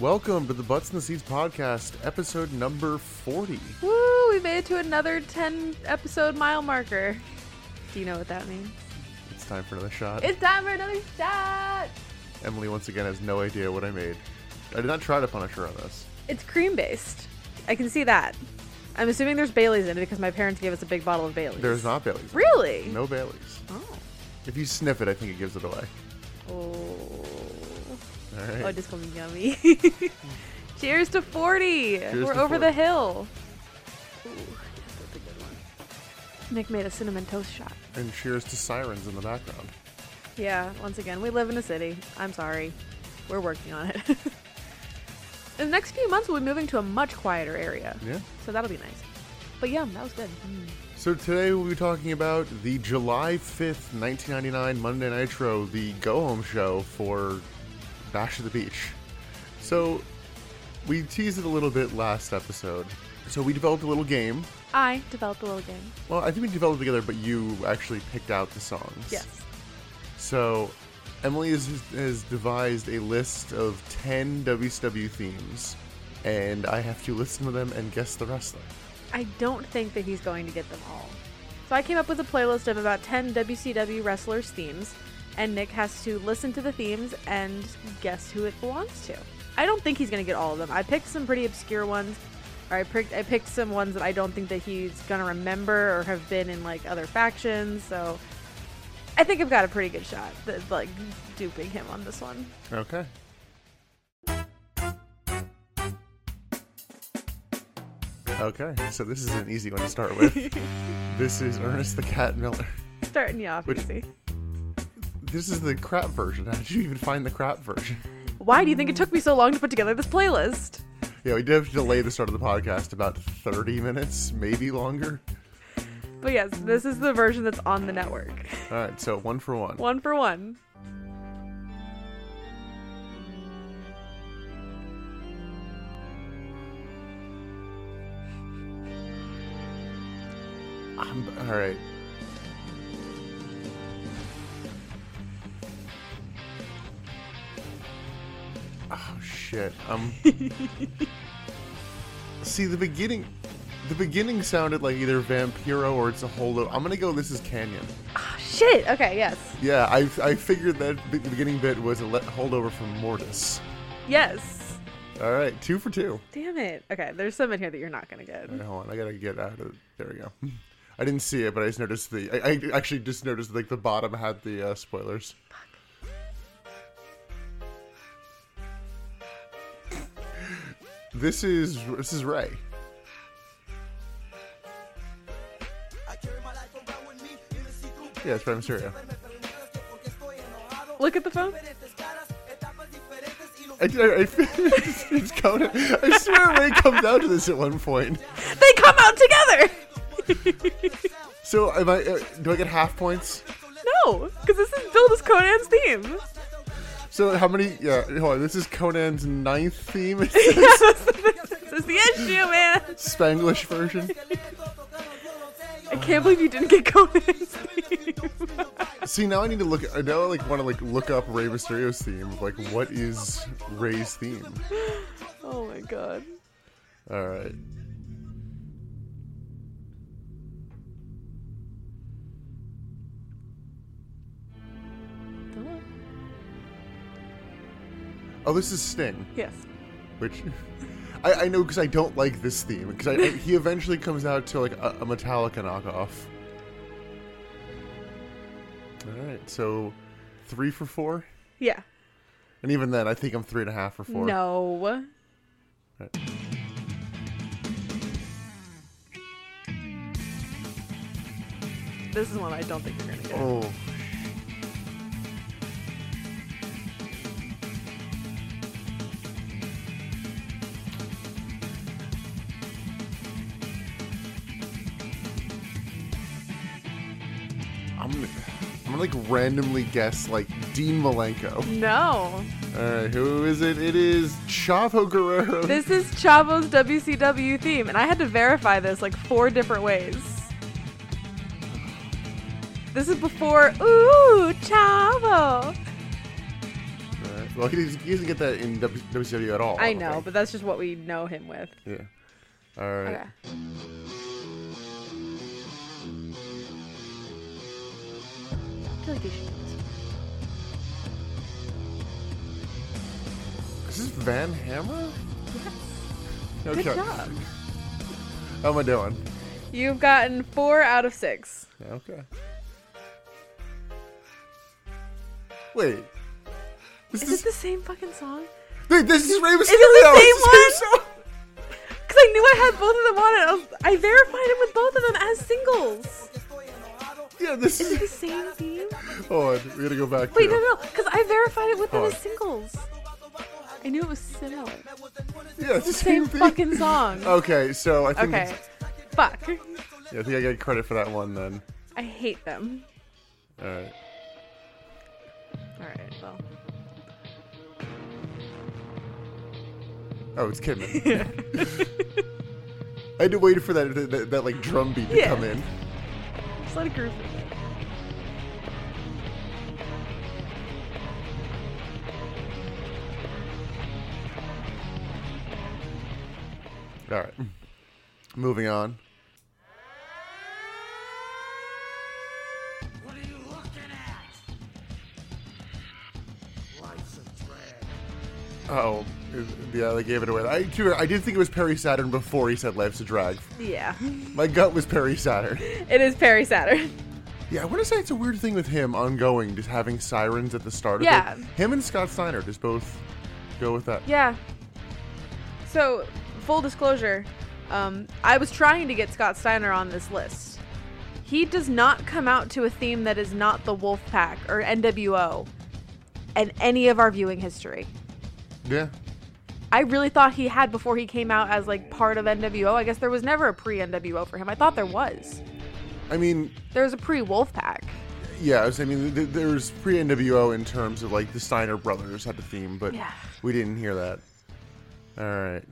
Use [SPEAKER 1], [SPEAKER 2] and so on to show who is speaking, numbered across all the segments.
[SPEAKER 1] Welcome to the Butts in the Seats podcast, episode number 40.
[SPEAKER 2] Woo! We made it to another 10 episode mile marker. Do you know what that means?
[SPEAKER 1] It's time for another shot.
[SPEAKER 2] It's time for another shot!
[SPEAKER 1] Emily, once again, has no idea what I made. I did not try to punish her on this.
[SPEAKER 2] It's cream based. I can see that. I'm assuming there's Bailey's in it because my parents gave us a big bottle of Bailey's.
[SPEAKER 1] There's not Bailey's.
[SPEAKER 2] Really?
[SPEAKER 1] No Bailey's.
[SPEAKER 2] Oh.
[SPEAKER 1] If you sniff it, I think it gives it away.
[SPEAKER 2] Oh.
[SPEAKER 1] All
[SPEAKER 2] Oh,
[SPEAKER 1] right.
[SPEAKER 2] it just called me yummy. Cheers to 40. We're
[SPEAKER 1] to
[SPEAKER 2] over
[SPEAKER 1] 40.
[SPEAKER 2] the hill. Ooh, that's a good one. Nick made a cinnamon toast shot.
[SPEAKER 1] and cheers to sirens in the background.
[SPEAKER 2] Yeah, once again, we live in a city. I'm sorry. We're working on it. in the next few months, we'll be moving to a much quieter area.
[SPEAKER 1] Yeah.
[SPEAKER 2] So that'll be nice. But yeah, that was good. Mm.
[SPEAKER 1] So today we'll be talking about the July 5th, 1999 Monday Nitro, the go home show for Bash of the Beach. So we teased it a little bit last episode. So we developed a little game.
[SPEAKER 2] I developed a little game.
[SPEAKER 1] Well, I think we developed it together, but you actually picked out the songs.
[SPEAKER 2] Yes.
[SPEAKER 1] So Emily has, has devised a list of 10 WCW themes, and I have to listen to them and guess the wrestler.
[SPEAKER 2] I don't think that he's going to get them all. So I came up with a playlist of about 10 WCW wrestlers' themes, and Nick has to listen to the themes and guess who it belongs to. I don't think he's going to get all of them. I picked some pretty obscure ones, or I picked, I picked some ones that I don't think that he's going to remember or have been in like other factions, so I think I've got a pretty good shot at like duping him on this one.
[SPEAKER 1] Okay. Okay, so this is an easy one to start with. this is Ernest the Cat Miller.
[SPEAKER 2] Starting you off
[SPEAKER 1] Which-
[SPEAKER 2] easy.
[SPEAKER 1] This is the crap version. How did you even find the crap version?
[SPEAKER 2] Why do you think it took me so long to put together this playlist?
[SPEAKER 1] Yeah, we did have to delay the start of the podcast about 30 minutes, maybe longer.
[SPEAKER 2] But yes, this is the version that's on the network.
[SPEAKER 1] All right, so one for one.
[SPEAKER 2] One for one.
[SPEAKER 1] I'm, all right. Oh shit! Um. see the beginning. The beginning sounded like either Vampiro or it's a holdo. I'm gonna go. This is Canyon.
[SPEAKER 2] Oh, shit. Okay, yes.
[SPEAKER 1] Yeah, I, I figured that the beginning bit was a let holdover from Mortis.
[SPEAKER 2] Yes.
[SPEAKER 1] All right, two for two.
[SPEAKER 2] Damn it. Okay, there's some in here that you're not going to get.
[SPEAKER 1] All right, hold on, I gotta get out of. There we go. I didn't see it, but I just noticed the. I, I actually just noticed like the bottom had the uh, spoilers. This is this is Ray. Yeah, it's Rey Mysterio.
[SPEAKER 2] Look at the phone.
[SPEAKER 1] I, I, I, it's Conan. I swear Ray comes out to this at one point.
[SPEAKER 2] They come out together.
[SPEAKER 1] So am I? Uh, do I get half points?
[SPEAKER 2] No, because this is billed as Conan's theme.
[SPEAKER 1] So how many? Yeah, hold on. This is Conan's ninth theme.
[SPEAKER 2] This is the issue, man.
[SPEAKER 1] Spanglish version.
[SPEAKER 2] I can't believe you didn't get Conan's theme.
[SPEAKER 1] See, now I need to look. I now I like want to like look up Rey Mysterio's theme. of, Like, what is Ray's theme?
[SPEAKER 2] Oh my god.
[SPEAKER 1] All right. Oh, this is Sting,
[SPEAKER 2] Yes.
[SPEAKER 1] which I, I know because I don't like this theme because I, I- he eventually comes out to like a, a Metallica knockoff. All right, so three for four,
[SPEAKER 2] Yeah.
[SPEAKER 1] and even then, I think I'm three and a half for four.
[SPEAKER 2] No.
[SPEAKER 1] Right.
[SPEAKER 2] This is one I don't think you're going to get.
[SPEAKER 1] Oh. I'm gonna, I'm gonna like randomly guess like Dean Malenko.
[SPEAKER 2] No.
[SPEAKER 1] All right, who is it? It is Chavo Guerrero.
[SPEAKER 2] This is Chavo's WCW theme, and I had to verify this like four different ways. This is before Ooh Chavo.
[SPEAKER 1] All right. Well, he doesn't, he doesn't get that in W- WCW at all.
[SPEAKER 2] I
[SPEAKER 1] don't
[SPEAKER 2] know,
[SPEAKER 1] think.
[SPEAKER 2] but that's just what we know him with.
[SPEAKER 1] yeah. All right.
[SPEAKER 2] Okay. I feel like you should do this.
[SPEAKER 1] Is this Van Hammer?
[SPEAKER 2] Yes.
[SPEAKER 1] Okay.
[SPEAKER 2] Good job.
[SPEAKER 1] How am I doing?
[SPEAKER 2] You've gotten four out of six.
[SPEAKER 1] Okay. Wait. This
[SPEAKER 2] Is
[SPEAKER 1] is,
[SPEAKER 2] it the same fucking song?
[SPEAKER 1] Wait, this is Rey Mysterio.
[SPEAKER 2] it the
[SPEAKER 1] It's the
[SPEAKER 2] same
[SPEAKER 1] same song.
[SPEAKER 2] Because I knew I had both of them on it. I, was- I verified him with both of them as singles.
[SPEAKER 1] Yeah, this
[SPEAKER 2] Is it the
[SPEAKER 1] is.
[SPEAKER 2] same theme?
[SPEAKER 1] Hold on, we gotta go back.
[SPEAKER 2] Wait,
[SPEAKER 1] to
[SPEAKER 2] no, no, because I verified it with them
[SPEAKER 1] Oh.
[SPEAKER 2] as singles. I knew it was similar.
[SPEAKER 1] Yeah, it's the
[SPEAKER 2] Same
[SPEAKER 1] same, thing.
[SPEAKER 2] fucking song.
[SPEAKER 1] Okay, so I think.
[SPEAKER 2] Okay.
[SPEAKER 1] it's-
[SPEAKER 2] Fuck.
[SPEAKER 1] Yeah, I think I get credit for that one then.
[SPEAKER 2] I hate them.
[SPEAKER 1] All right.
[SPEAKER 2] All right, well.
[SPEAKER 1] Oh, it's Kidman. I had to wait for that that, that, that, like drum beat to
[SPEAKER 2] Yeah.
[SPEAKER 1] come in.
[SPEAKER 2] Just let it groove. for a bit.
[SPEAKER 1] All right. Moving on.
[SPEAKER 3] What are you looking at? Life's a drag.
[SPEAKER 1] Oh, yeah, they gave it away. I, true, I did think it was Perry Saturn before he said "Life's a Drag."
[SPEAKER 2] Yeah.
[SPEAKER 1] My gut was Perry Saturn.
[SPEAKER 2] It is Perry Saturn.
[SPEAKER 1] Yeah, I want to say it's a weird thing with him ongoing, just having sirens at the start of
[SPEAKER 2] Yeah.
[SPEAKER 1] it. Him and Scott Steiner just both go with that.
[SPEAKER 2] Yeah. So, full disclosure, um, I was trying to get Scott Steiner on this list. He does not come out to a theme that is not the Wolfpack or NWO in any of our viewing history.
[SPEAKER 1] Yeah.
[SPEAKER 2] I really thought he had before he came out as like part of NWO. I guess there was never a pre NWO for him. I thought there was.
[SPEAKER 1] I mean,
[SPEAKER 2] There was a pre Wolfpack.
[SPEAKER 1] yeah, I, was, I mean, th- there's pre NWO in terms of like the Steiner brothers had the theme, but
[SPEAKER 2] Yeah.
[SPEAKER 1] we didn't hear that. All right.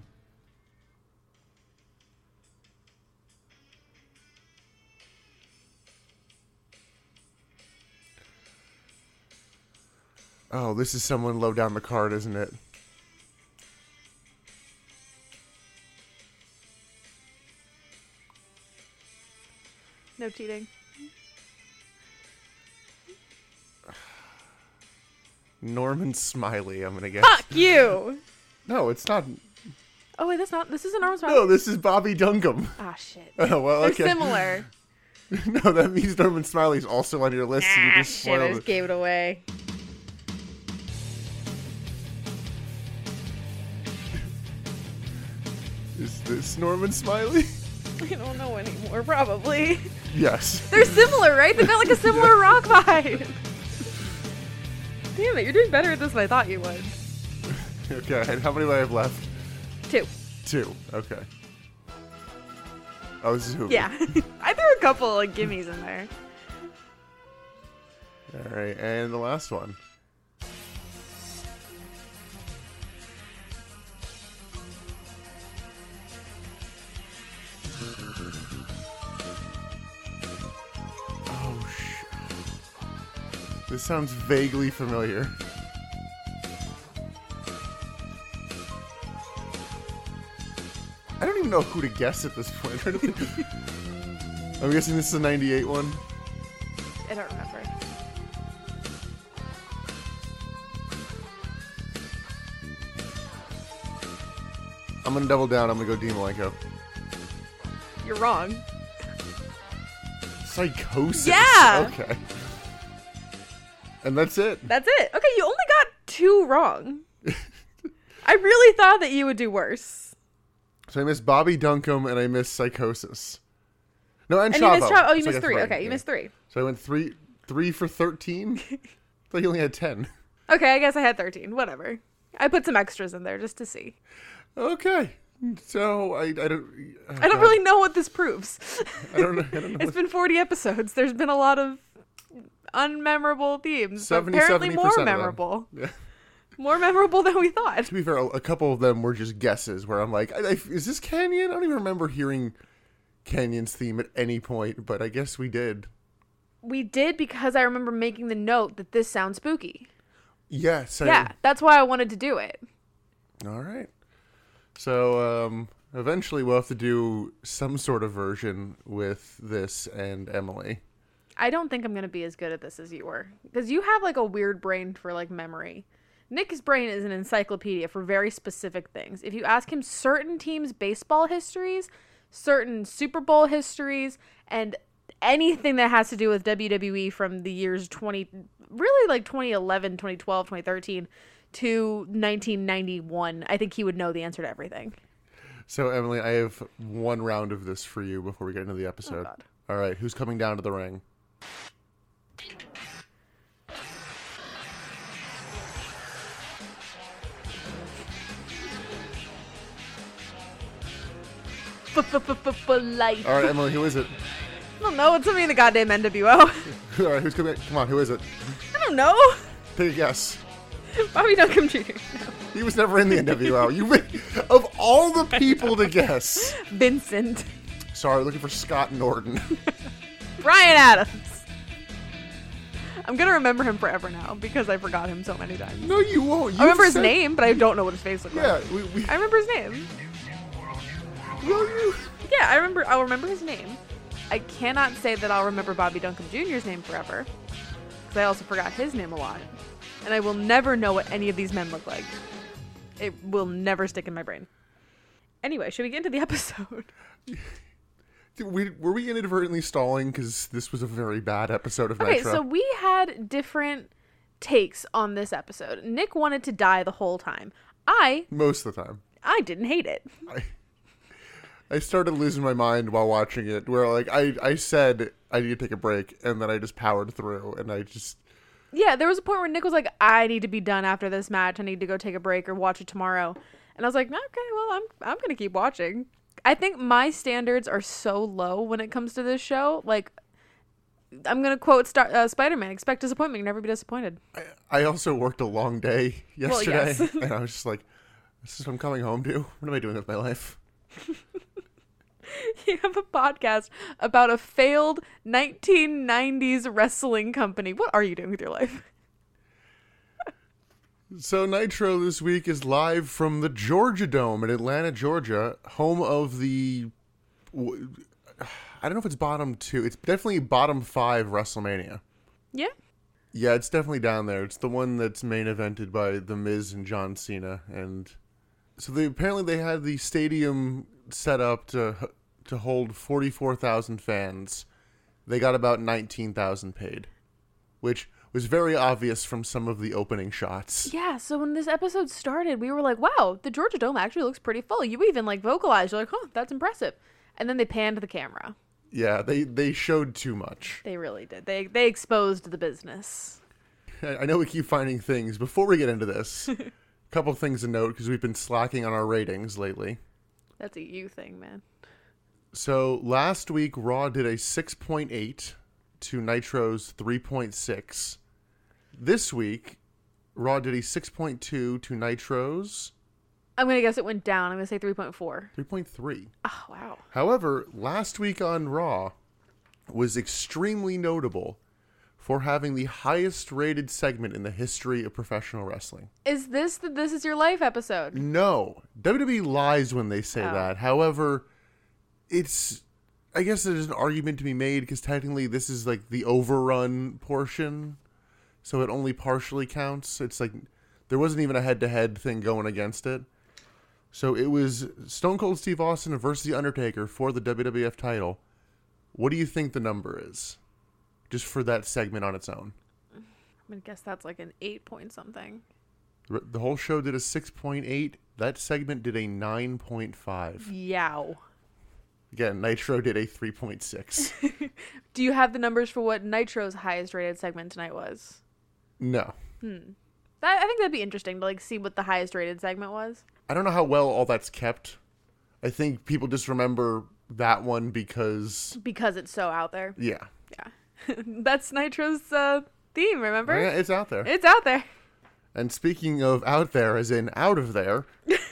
[SPEAKER 1] Oh, this is someone low down the card, isn't it?
[SPEAKER 2] No cheating.
[SPEAKER 1] Norman Smiley, I'm gonna guess.
[SPEAKER 2] Fuck you!
[SPEAKER 1] No, it's not.
[SPEAKER 2] Oh, wait, that's not. This isn't Arms
[SPEAKER 1] No, this is Bobby Dungum.
[SPEAKER 2] Ah, shit.
[SPEAKER 1] Oh, well,
[SPEAKER 2] They're
[SPEAKER 1] okay.
[SPEAKER 2] similar.
[SPEAKER 1] No, that means Norman Smiley's also on your list. so you
[SPEAKER 2] Ah,
[SPEAKER 1] just
[SPEAKER 2] shit, I
[SPEAKER 1] spoiled
[SPEAKER 2] just
[SPEAKER 1] it.
[SPEAKER 2] gave it away.
[SPEAKER 1] Is this Norman Smiley?
[SPEAKER 2] I don't know anymore, probably.
[SPEAKER 1] yes.
[SPEAKER 2] They're similar, right? They've got like a similar rock vibe. Damn it, you're doing better at this than I thought you would.
[SPEAKER 1] Okay, and how many do I have left?
[SPEAKER 2] Two.
[SPEAKER 1] Two. Okay. Oh, this is Hoover.
[SPEAKER 2] Yeah. I threw a couple like gimmies in there.
[SPEAKER 1] All right, and the last one. Oh, sh- This sounds vaguely familiar. I don't even know who to guess at this point. I'm guessing this is a 98 one.
[SPEAKER 2] I don't remember.
[SPEAKER 1] I'm gonna double down. I'm gonna go Dean Malenko.
[SPEAKER 2] You're wrong.
[SPEAKER 1] Psychosis.
[SPEAKER 2] Yeah.
[SPEAKER 1] Okay. And that's it.
[SPEAKER 2] That's it. Okay, you only got two wrong. I really thought that you would do worse.
[SPEAKER 1] So I missed Bobby Duncombe and I missed Psychosis. No, and,
[SPEAKER 2] And
[SPEAKER 1] Chavo.
[SPEAKER 2] you missed Chavo. Oh, you
[SPEAKER 1] So I
[SPEAKER 2] missed
[SPEAKER 1] got
[SPEAKER 2] three. Okay, you
[SPEAKER 1] yeah.
[SPEAKER 2] missed three.
[SPEAKER 1] So I went three, three for thirteen. I thought you only had ten.
[SPEAKER 2] Okay, I guess I had 13. Whatever. I put some extras in there just to see.
[SPEAKER 1] Okay. So I, I don't. oh,
[SPEAKER 2] I don't
[SPEAKER 1] God.
[SPEAKER 2] really know what this proves.
[SPEAKER 1] I don't know. I don't know.
[SPEAKER 2] It's been 40 episodes. There's been a lot of unmemorable themes. but
[SPEAKER 1] 70,
[SPEAKER 2] apparently
[SPEAKER 1] 70%
[SPEAKER 2] more
[SPEAKER 1] of them.
[SPEAKER 2] memorable.
[SPEAKER 1] Yeah.
[SPEAKER 2] More memorable than we thought.
[SPEAKER 1] To be fair, a a couple of them were just guesses. Where I'm like, I, I, is this Canyon? I don't even remember hearing Canyon's theme at any point, but I guess we did.
[SPEAKER 2] We did because I remember making the note that this sounds spooky.
[SPEAKER 1] Yes. I-
[SPEAKER 2] Yeah, that's why I wanted to do it.
[SPEAKER 1] All right. So um, eventually we'll have to do some sort of version with this and Emily.
[SPEAKER 2] I don't think I'm gonna be as good at this as you were because you have like a weird brain for like memory. Nick's brain is an encyclopedia for very specific things. If you ask him certain teams' baseball histories, certain Super Bowl histories, and anything that has to do with WWE from the years 20, really like 2011, 2012, 2013 to 1991, I think he would know the answer to everything.
[SPEAKER 1] So Emily, I have one round of this for you before we get into the episode.
[SPEAKER 2] Oh, God.
[SPEAKER 1] All right. Who's coming down to the ring?
[SPEAKER 2] For life.
[SPEAKER 1] All right, Emily. Who is it?
[SPEAKER 2] I don't know. It's somebody in the goddamn NWO.
[SPEAKER 1] All right. Who's coming? Come on. Who is it?
[SPEAKER 2] I don't know.
[SPEAKER 1] Take a guess.
[SPEAKER 2] Bobby Duncan Jr.
[SPEAKER 1] He was never in the NWO. You, of all the people to guess.
[SPEAKER 2] Vincent.
[SPEAKER 1] Sorry, looking for Scott Norton.
[SPEAKER 2] Brian Adams. I'm gonna remember him forever now because I forgot him so many times.
[SPEAKER 1] No, you won't. You
[SPEAKER 2] I remember his
[SPEAKER 1] said-
[SPEAKER 2] name, but I don't know what his face looked
[SPEAKER 1] Yeah,
[SPEAKER 2] like.
[SPEAKER 1] we, we,
[SPEAKER 2] I remember his name.
[SPEAKER 1] well, you-
[SPEAKER 2] Yeah, I remember. I'll remember his name. I cannot say that I'll remember Bobby Duncan Jr.'s name forever because I also forgot his name a lot, and I will never know what any of these men look like. It will never stick in my brain. Anyway, should we get into the episode?
[SPEAKER 1] Did we- were we inadvertently stalling because this was a very bad episode of
[SPEAKER 2] Okay,
[SPEAKER 1] Nitro?
[SPEAKER 2] so we had different takes on this episode. Nick wanted to die the whole time. I
[SPEAKER 1] Most of the time,
[SPEAKER 2] I didn't hate it.
[SPEAKER 1] I, I started losing my mind while watching it. Where like I, I said I need to take a break, and then I just powered through, and I just
[SPEAKER 2] Yeah, there was a point where Nick was like, "I need to be done after this match. I need to go take a break or watch it tomorrow." And I was like, "Okay, well, I'm I'm gonna keep watching." I think my standards are so low when it comes to this show. Like, I'm gonna quote Star- uh, Spider-Man: "Expect disappointment, you never be disappointed."
[SPEAKER 1] I, I also worked a long day
[SPEAKER 2] Well,
[SPEAKER 1] yesterday,
[SPEAKER 2] yes.
[SPEAKER 1] and I was just like, "This is what I'm coming home to. What am I doing with my life?"
[SPEAKER 2] you have a podcast about a failed 1990s wrestling company. What are you doing with your life?
[SPEAKER 1] So Nitro this week is live from the Georgia Dome in Atlanta, Georgia, home of the. w- I don't know if it's bottom two. It's definitely bottom five WrestleMania.
[SPEAKER 2] Yeah.
[SPEAKER 1] Yeah, it's definitely down there. It's the one that's main evented by The Miz and John Cena, and so they apparently they had the stadium set up to to hold forty four thousand fans. They got about nineteen thousand paid, which was very obvious from some of the opening shots.
[SPEAKER 2] Yeah, so when this episode started, we were like, wow, the Georgia Dome actually looks pretty full. You even like vocalized, you're like, huh, that's impressive. And then they panned the camera.
[SPEAKER 1] Yeah, they they showed too much.
[SPEAKER 2] They really did. They they exposed the business.
[SPEAKER 1] I I know we keep finding things. Before we get into this, a couple things to note because we've been slacking on our ratings lately.
[SPEAKER 2] That's a you thing, man.
[SPEAKER 1] So last week, Raw did a 6.8 to Nitro's 3.6. This week, Raw did a 6.2 to Nitro's
[SPEAKER 2] I'm gonna guess it went down. I'm gonna say 3.4.
[SPEAKER 1] 3.3.
[SPEAKER 2] Oh wow.
[SPEAKER 1] However, last week on Raw was extremely notable for having the highest rated segment in the history of professional wrestling.
[SPEAKER 2] Is this the This Is Your Life episode?
[SPEAKER 1] No, WWE lies when they say
[SPEAKER 2] Oh.
[SPEAKER 1] that. However, it's I guess there's an argument to be made because technically this is like the overrun portion, so it only partially counts. It's like there wasn't even a head-to-head thing going against it. So it was Stone Cold Steve Austin versus The Undertaker for the WWF title. What do you think the number is? Just for that segment on its own.
[SPEAKER 2] I'm gonna guess that's like an eight point something.
[SPEAKER 1] The the whole show did a 6.8. That segment did a 9.5.
[SPEAKER 2] Yow.
[SPEAKER 1] Again, Nitro did a 3.6.
[SPEAKER 2] Do you have the numbers for what Nitro's highest rated segment tonight was?
[SPEAKER 1] no.
[SPEAKER 2] That I think that'd be interesting to like see what the highest rated segment was.
[SPEAKER 1] I don't know how well all that's kept. I think people just remember that one because,
[SPEAKER 2] because it's so out there.
[SPEAKER 1] yeah.
[SPEAKER 2] Yeah. That's Nitro's uh, theme, remember?
[SPEAKER 1] Oh, Yeah, it's out there.
[SPEAKER 2] It's out there.
[SPEAKER 1] And speaking of out there, as in out of there,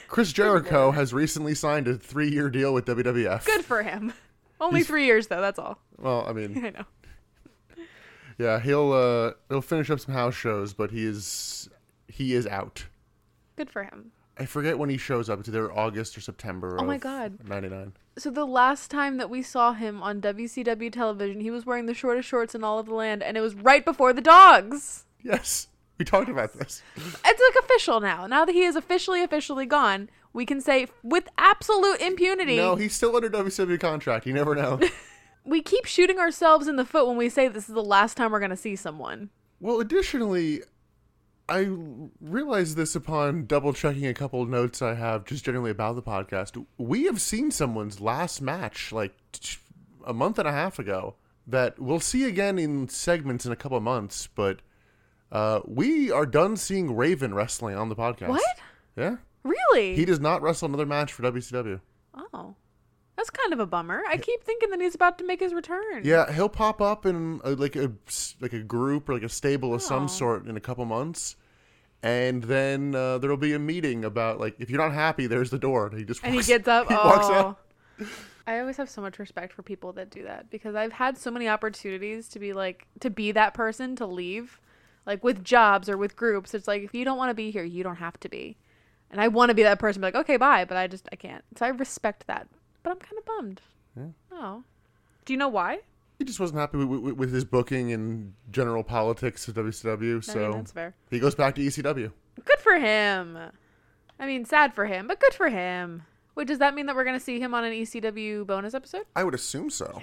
[SPEAKER 1] Chris Jericho has recently signed a three year deal with WWF.
[SPEAKER 2] Good for him. Only
[SPEAKER 1] He's-
[SPEAKER 2] three years, though, that's all.
[SPEAKER 1] Well, I mean,
[SPEAKER 2] I know.
[SPEAKER 1] yeah, he'll uh, he'll finish up some house shows, but he is He is out.
[SPEAKER 2] Good for him.
[SPEAKER 1] I forget when he shows up. It's either August or September.
[SPEAKER 2] Oh my
[SPEAKER 1] of
[SPEAKER 2] God.
[SPEAKER 1] '99.
[SPEAKER 2] So the last time that we saw him on WCW television, he was wearing the shortest shorts in all of the land, and it was right before the dogs.
[SPEAKER 1] Yes, we talked about this.
[SPEAKER 2] It's like official now. Now that he is officially, officially gone, we can say with absolute impunity,
[SPEAKER 1] No, he's still under WCW contract. You never know.
[SPEAKER 2] we keep shooting ourselves in the foot when we say this is the last time we're gonna see someone.
[SPEAKER 1] Well, additionally, I realized this upon double checking a couple of notes I have just generally about the podcast. We have seen someone's last match like t- a month and a half ago that we'll see again in segments in a couple of months, but uh, we are done seeing Raven wrestling on the podcast.
[SPEAKER 2] What?
[SPEAKER 1] Yeah.
[SPEAKER 2] Really?
[SPEAKER 1] He does not wrestle another match for WCW.
[SPEAKER 2] oh, that's kind of a bummer. I keep thinking that he's about to make his return.
[SPEAKER 1] Yeah, he'll pop up in a, like a like a group or like a stable of
[SPEAKER 2] Oh.
[SPEAKER 1] some sort in a couple months, and then uh, there'll be a meeting about like if you're not happy, there's the door. And he just
[SPEAKER 2] And he
[SPEAKER 1] walks-
[SPEAKER 2] gets up.
[SPEAKER 1] he
[SPEAKER 2] oh.
[SPEAKER 1] walks out.
[SPEAKER 2] I always have so much respect for people that do that because I've had so many opportunities to be like to be that person to leave, like with jobs or with groups. It's like if you don't want to be here, you don't have to be. And I want to be that person, be like okay, bye, but I just I can't. So I respect that, but I'm kind of bummed. Oh, do you know why?
[SPEAKER 1] He just wasn't happy with, with, with his booking and general politics of WCW,
[SPEAKER 2] I mean,
[SPEAKER 1] so
[SPEAKER 2] that's fair.
[SPEAKER 1] he goes back to E ECW.
[SPEAKER 2] Good for him. I mean, sad for him, but good for him. Wait, does that mean that we're gonna see him on an ECW bonus episode?
[SPEAKER 1] I would assume so.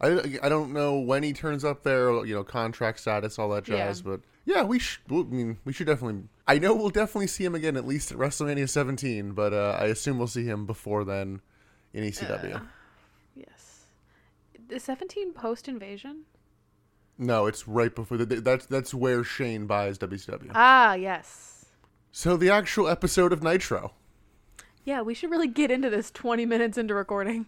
[SPEAKER 1] I, I don't know when he turns up there, you know, contract status, all that
[SPEAKER 2] Yeah.
[SPEAKER 1] jazz. But yeah, we should. I mean, we should definitely. I know we'll definitely see him again at least at WrestleMania 17, but uh, I assume we'll see him before then in E ECW.
[SPEAKER 2] Yes. Is 17 post invasion?
[SPEAKER 1] no, it's right before. The, that's that's where Shane buys WCW.
[SPEAKER 2] Ah, yes.
[SPEAKER 1] so the actual episode of Nitro,
[SPEAKER 2] Yeah, we should really get into this 20 minutes into recording.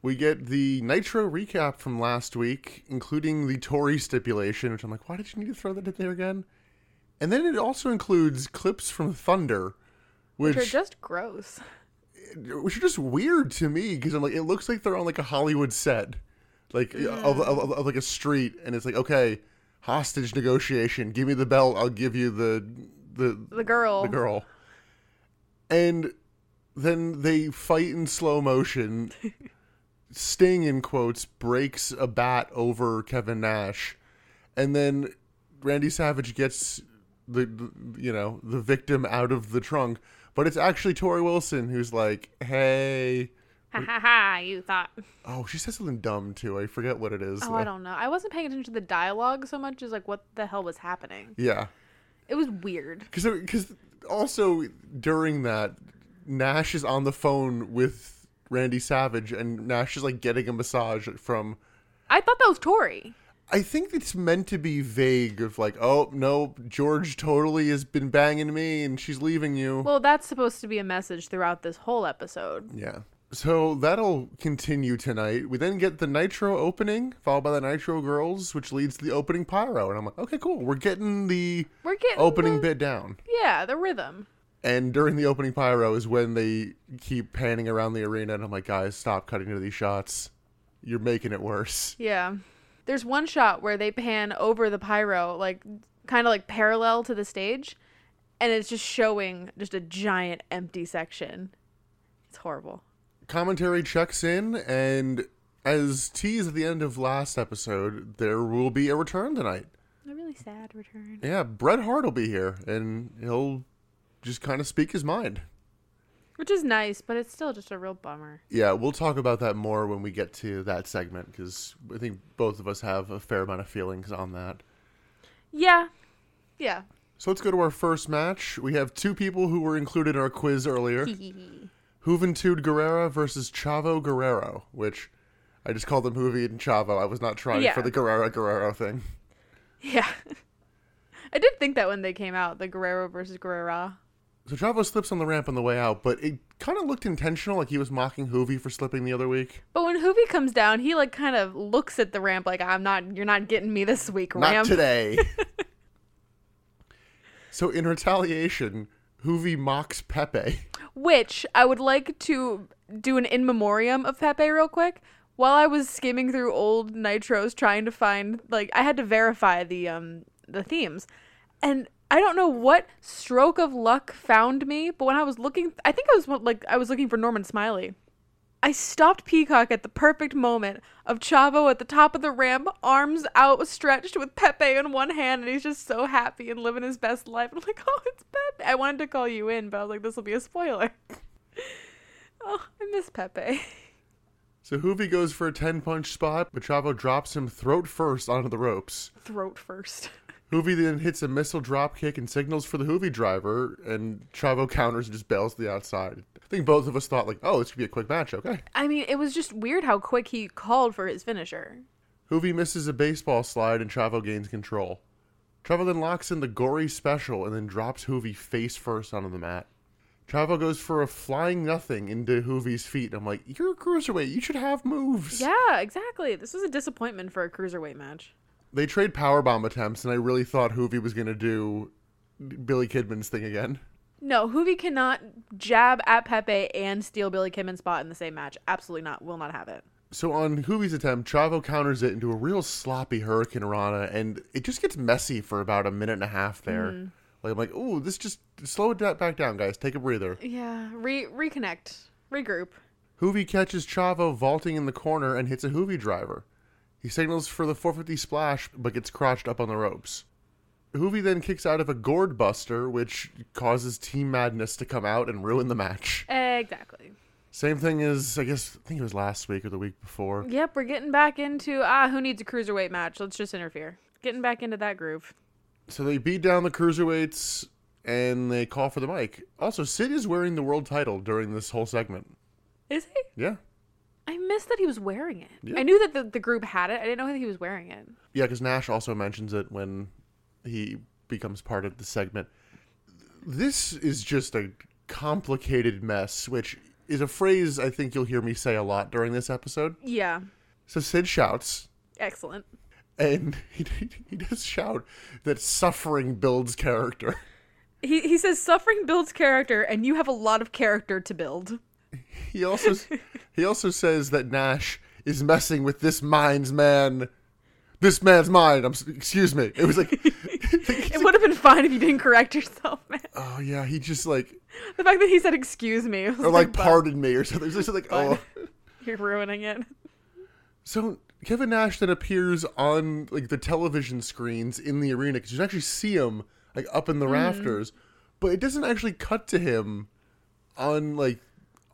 [SPEAKER 1] we get the Nitro recap from last week, including the Tory stipulation, which I'm like, why did you need to throw that in there again? And then it also includes clips from Thunder. Which,
[SPEAKER 2] Which are just gross.
[SPEAKER 1] which are just weird to me because I'm like, it looks like they're on like a Hollywood set, like of, of, of, of, like a street, and it's like, okay, hostage negotiation. Give me the belt. I'll give you the the
[SPEAKER 2] The girl.
[SPEAKER 1] the girl. And then they fight in slow motion. Sting in quotes breaks a bat over Kevin Nash, and then Randy Savage gets the, the- you know the victim out of the trunk, but it's actually Tori Wilson who's like, "Hey,
[SPEAKER 2] Ha ha ha, you thought.
[SPEAKER 1] oh, she says something dumb too. I forget what it is."
[SPEAKER 2] Oh, I don't know. I wasn't paying attention to the dialogue so much as like what the hell was happening.
[SPEAKER 1] Yeah,
[SPEAKER 2] It was weird.
[SPEAKER 1] because because also during that, Nash is on the phone with Randy Savage, and Nash is like getting a massage from.
[SPEAKER 2] I thought that was Tori.
[SPEAKER 1] I think it's meant to be vague of like, oh no, George totally has been banging me, and she's leaving you.
[SPEAKER 2] Well, that's supposed to be a message throughout this whole episode.
[SPEAKER 1] Yeah. So that'll continue tonight. We then get the Nitro opening, followed by the Nitro Girls, which leads to the opening pyro. And I'm like, okay, cool. We're getting the
[SPEAKER 2] We're getting
[SPEAKER 1] opening
[SPEAKER 2] the-
[SPEAKER 1] bit down.
[SPEAKER 2] Yeah, the rhythm.
[SPEAKER 1] And during the opening pyro is when they keep panning around the arena. And I'm like, guys, stop cutting to these shots. You're making it worse.
[SPEAKER 2] Yeah. There's one shot where they pan over the pyro, like kind of like parallel to the stage, and it's just showing just a giant empty section. It's horrible.
[SPEAKER 1] Commentary checks in. And as teased at the end of last episode, there will be a return tonight.
[SPEAKER 2] A really sad return.
[SPEAKER 1] Yeah, Bret Hart will be here. And he'll just kind of speak his mind.
[SPEAKER 2] Which is nice, but it's still just a real bummer.
[SPEAKER 1] Yeah, we'll talk about that more when we get to that segment because I think both of us have a fair amount of feelings on that.
[SPEAKER 2] Yeah. Yeah.
[SPEAKER 1] So let's go to our first match. We have two people who were included in our quiz earlier
[SPEAKER 2] That's
[SPEAKER 1] Juventud Guerrera versus Chavo Guerrero, which I just called them Juve and Chavo. I was not trying
[SPEAKER 2] Yeah.
[SPEAKER 1] for the Guerrera Guerrero thing.
[SPEAKER 2] Yeah. I did think that when they came out, the Guerrero versus Guerrera.
[SPEAKER 1] So Chavo slips on the ramp on the way out, but it kind of looked intentional, like he was mocking Juve for slipping the other week.
[SPEAKER 2] But when Hoovy comes down, he like kind of looks at the ramp like I'm not you're not getting me this week,
[SPEAKER 1] Not
[SPEAKER 2] ramp.
[SPEAKER 1] today. so in retaliation, Juve mocks Pepe.
[SPEAKER 2] Which I would like to do an in memoriam of Pepe real quick. While I was skimming through old nitros trying to find like I had to verify the um the themes. And I don't know what stroke of luck found me, but when I was looking, I think I was like I was looking for Norman Smiley. I stopped Peacock at the perfect moment of Chavo at the top of the ramp, arms outstretched with Pepe in one hand, and he's just so happy and living his best life. I'm like, oh, it's Pepe. I wanted to call you in, but I was like, this will be a spoiler. oh, I miss Pepe.
[SPEAKER 1] So Hoovy goes for a 10 punch spot, but Chavo drops him throat first onto the ropes.
[SPEAKER 2] Throat first.
[SPEAKER 1] Hoovy then hits a missile drop kick and signals for the Hoovy driver, and Chavo counters and just bails to the outside. I think both of us thought, like, oh, this could be a quick match, okay.
[SPEAKER 2] I mean, it was just weird how quick he called for his finisher.
[SPEAKER 1] Hoovy misses a baseball slide, and Chavo gains control. Chavo then locks in the gory special and then drops Hoovy face first onto the mat. Chavo goes for a flying nothing into Hoovy's feet, and I'm like, you're a cruiserweight, you should have moves.
[SPEAKER 2] Yeah, exactly. This was a disappointment for a cruiserweight match.
[SPEAKER 1] They trade power bomb attempts, and I really thought Hoovy was going to do Billy Kidman's thing again.
[SPEAKER 2] No, Hoovy cannot jab at Pepe and steal Billy Kimmon's spot in the same match. Absolutely not. Will not have it.
[SPEAKER 1] So on Hoovy's attempt, Chavo counters it into a real sloppy Hurricane Rana, and it just gets messy for about a minute and a half there. Like I'm like, ooh, this just slow it da- back down, guys. Take a breather.
[SPEAKER 2] Yeah. Re reconnect. Regroup.
[SPEAKER 1] Hoovy catches Chavo vaulting in the corner and hits a Hoovy driver. He signals for the 450 splash, but gets crotched up on the ropes. Hoovy then kicks out of a gourd buster, which causes Team Madness to come out and ruin the match.
[SPEAKER 2] Exactly.
[SPEAKER 1] Same thing as, I guess, I think it was last week or the week before.
[SPEAKER 2] Yep, we're getting back into ah, who needs a cruiserweight match? Let's just interfere. Getting back into that groove.
[SPEAKER 1] So they beat down the cruiserweights and they call for the mic. Also, Sid is wearing the world title during this whole segment.
[SPEAKER 2] Is he?
[SPEAKER 1] Yeah.
[SPEAKER 2] I missed that he was wearing it.
[SPEAKER 1] Yeah.
[SPEAKER 2] I knew that the, the group had it. I didn't know that he was wearing it.
[SPEAKER 1] Yeah, because Nash also mentions it when he becomes part of the segment. This is just a complicated mess, which is a phrase I think you'll hear me say a lot during this episode.
[SPEAKER 2] Yeah.
[SPEAKER 1] So Sid shouts,
[SPEAKER 2] Excellent.
[SPEAKER 1] and he, he does shout that suffering builds character.
[SPEAKER 2] He he says suffering builds character and you have a lot of character to build.
[SPEAKER 1] He also he also says that Nash is messing with this mind's man, this man's mind. I'm s- excuse me. It was like,
[SPEAKER 2] It would have been fine if you didn't correct yourself, man.
[SPEAKER 1] oh yeah, he just like
[SPEAKER 2] The fact that he said excuse me was
[SPEAKER 1] or like
[SPEAKER 2] "Bud,
[SPEAKER 1] pardon me or something. It's just like oh.
[SPEAKER 2] you're ruining it.
[SPEAKER 1] So Kevin Nash then appears on like the television screens in the arena because you can actually see him like up in the
[SPEAKER 2] Mm-hmm.
[SPEAKER 1] rafters, but it doesn't actually cut to him on like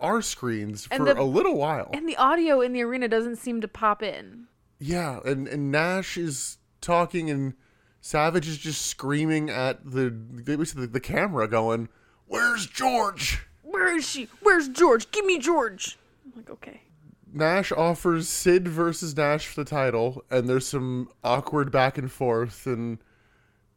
[SPEAKER 1] our screens for
[SPEAKER 2] And the-
[SPEAKER 1] a little while.
[SPEAKER 2] And the audio in the arena doesn't seem to pop in.
[SPEAKER 1] Yeah, and, and Nash is talking, and Savage is just screaming at the basically the, the camera, going, "Where's George?"
[SPEAKER 2] Where is she? Where's George? Give me George. I'm like, okay.
[SPEAKER 1] Nash offers Sid versus Nash for the title, and there's some awkward back and forth, and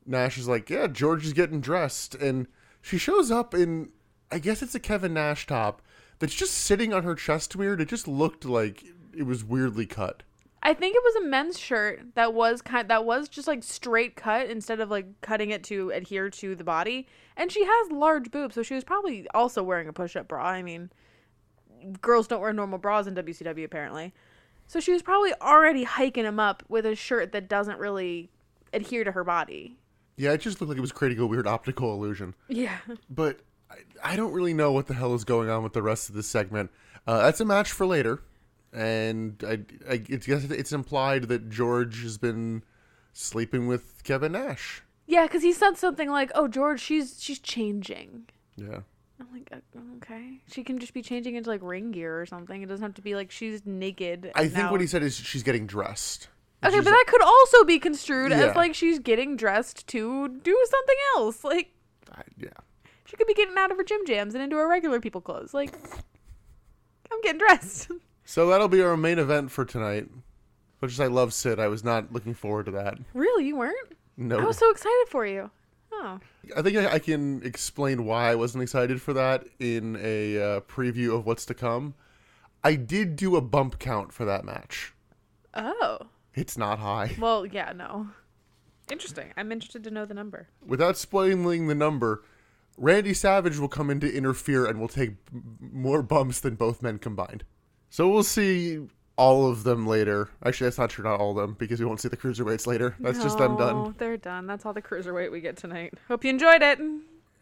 [SPEAKER 1] Nash is like, "Yeah, George is getting dressed," and she shows up in, I guess it's a Kevin Nash top that's just sitting on her chest weird. It just looked like it was weirdly cut.
[SPEAKER 2] I think it was a men's shirt that was kind that was just like straight cut instead of like cutting it to adhere to the body. And she has large boobs, so she was probably also wearing a push-up bra. I mean, girls don't wear normal bras in WCW apparently. So she was probably already hiking him up with a shirt that doesn't really adhere to her body.
[SPEAKER 1] Yeah, it just looked like it was creating a weird optical illusion.
[SPEAKER 2] Yeah.
[SPEAKER 1] but I, I don't really know what the hell is going on with the rest of this segment. Uh, that's a match for later, and I, I it's, it's implied that George has been sleeping with Kevin Nash.
[SPEAKER 2] Yeah, cuz he said something like, "Oh, George, she's she's changing."
[SPEAKER 1] Yeah,
[SPEAKER 2] I'm like, "Oh, okay. She can just be changing into like ring gear or something. It doesn't have to be like she's naked.
[SPEAKER 1] I
[SPEAKER 2] and
[SPEAKER 1] think
[SPEAKER 2] now-
[SPEAKER 1] what he said is she's getting dressed.
[SPEAKER 2] Okay,
[SPEAKER 1] She's
[SPEAKER 2] but that could also be construed
[SPEAKER 1] Yeah.
[SPEAKER 2] as like she's getting dressed to do something else. Like
[SPEAKER 1] like, I- yeah.
[SPEAKER 2] she could be getting out of her gym jams and into her regular people clothes. Like I'm getting dressed.
[SPEAKER 1] So that'll be our main event for tonight. Which is I love Sid. I was not looking forward to that.
[SPEAKER 2] really, you weren't?
[SPEAKER 1] No,
[SPEAKER 2] I was so excited for you. Oh.
[SPEAKER 1] I think I, I can explain why I wasn't excited for that in a uh, preview of what's to come. I did do a bump count for that match.
[SPEAKER 2] Oh.
[SPEAKER 1] It's not high.
[SPEAKER 2] Well, yeah, no. Interesting. I'm interested to know the number.
[SPEAKER 1] Without spoiling the number, Randy Savage will come in to interfere and will take m- more bumps than both men combined. So we'll see all of them later. Actually, that's not true. Not all of them because we won't see the cruiserweights later. That's just them
[SPEAKER 2] No,
[SPEAKER 1] done.
[SPEAKER 2] Oh, They're done. That's all the cruiserweight we get tonight. Hope you enjoyed it.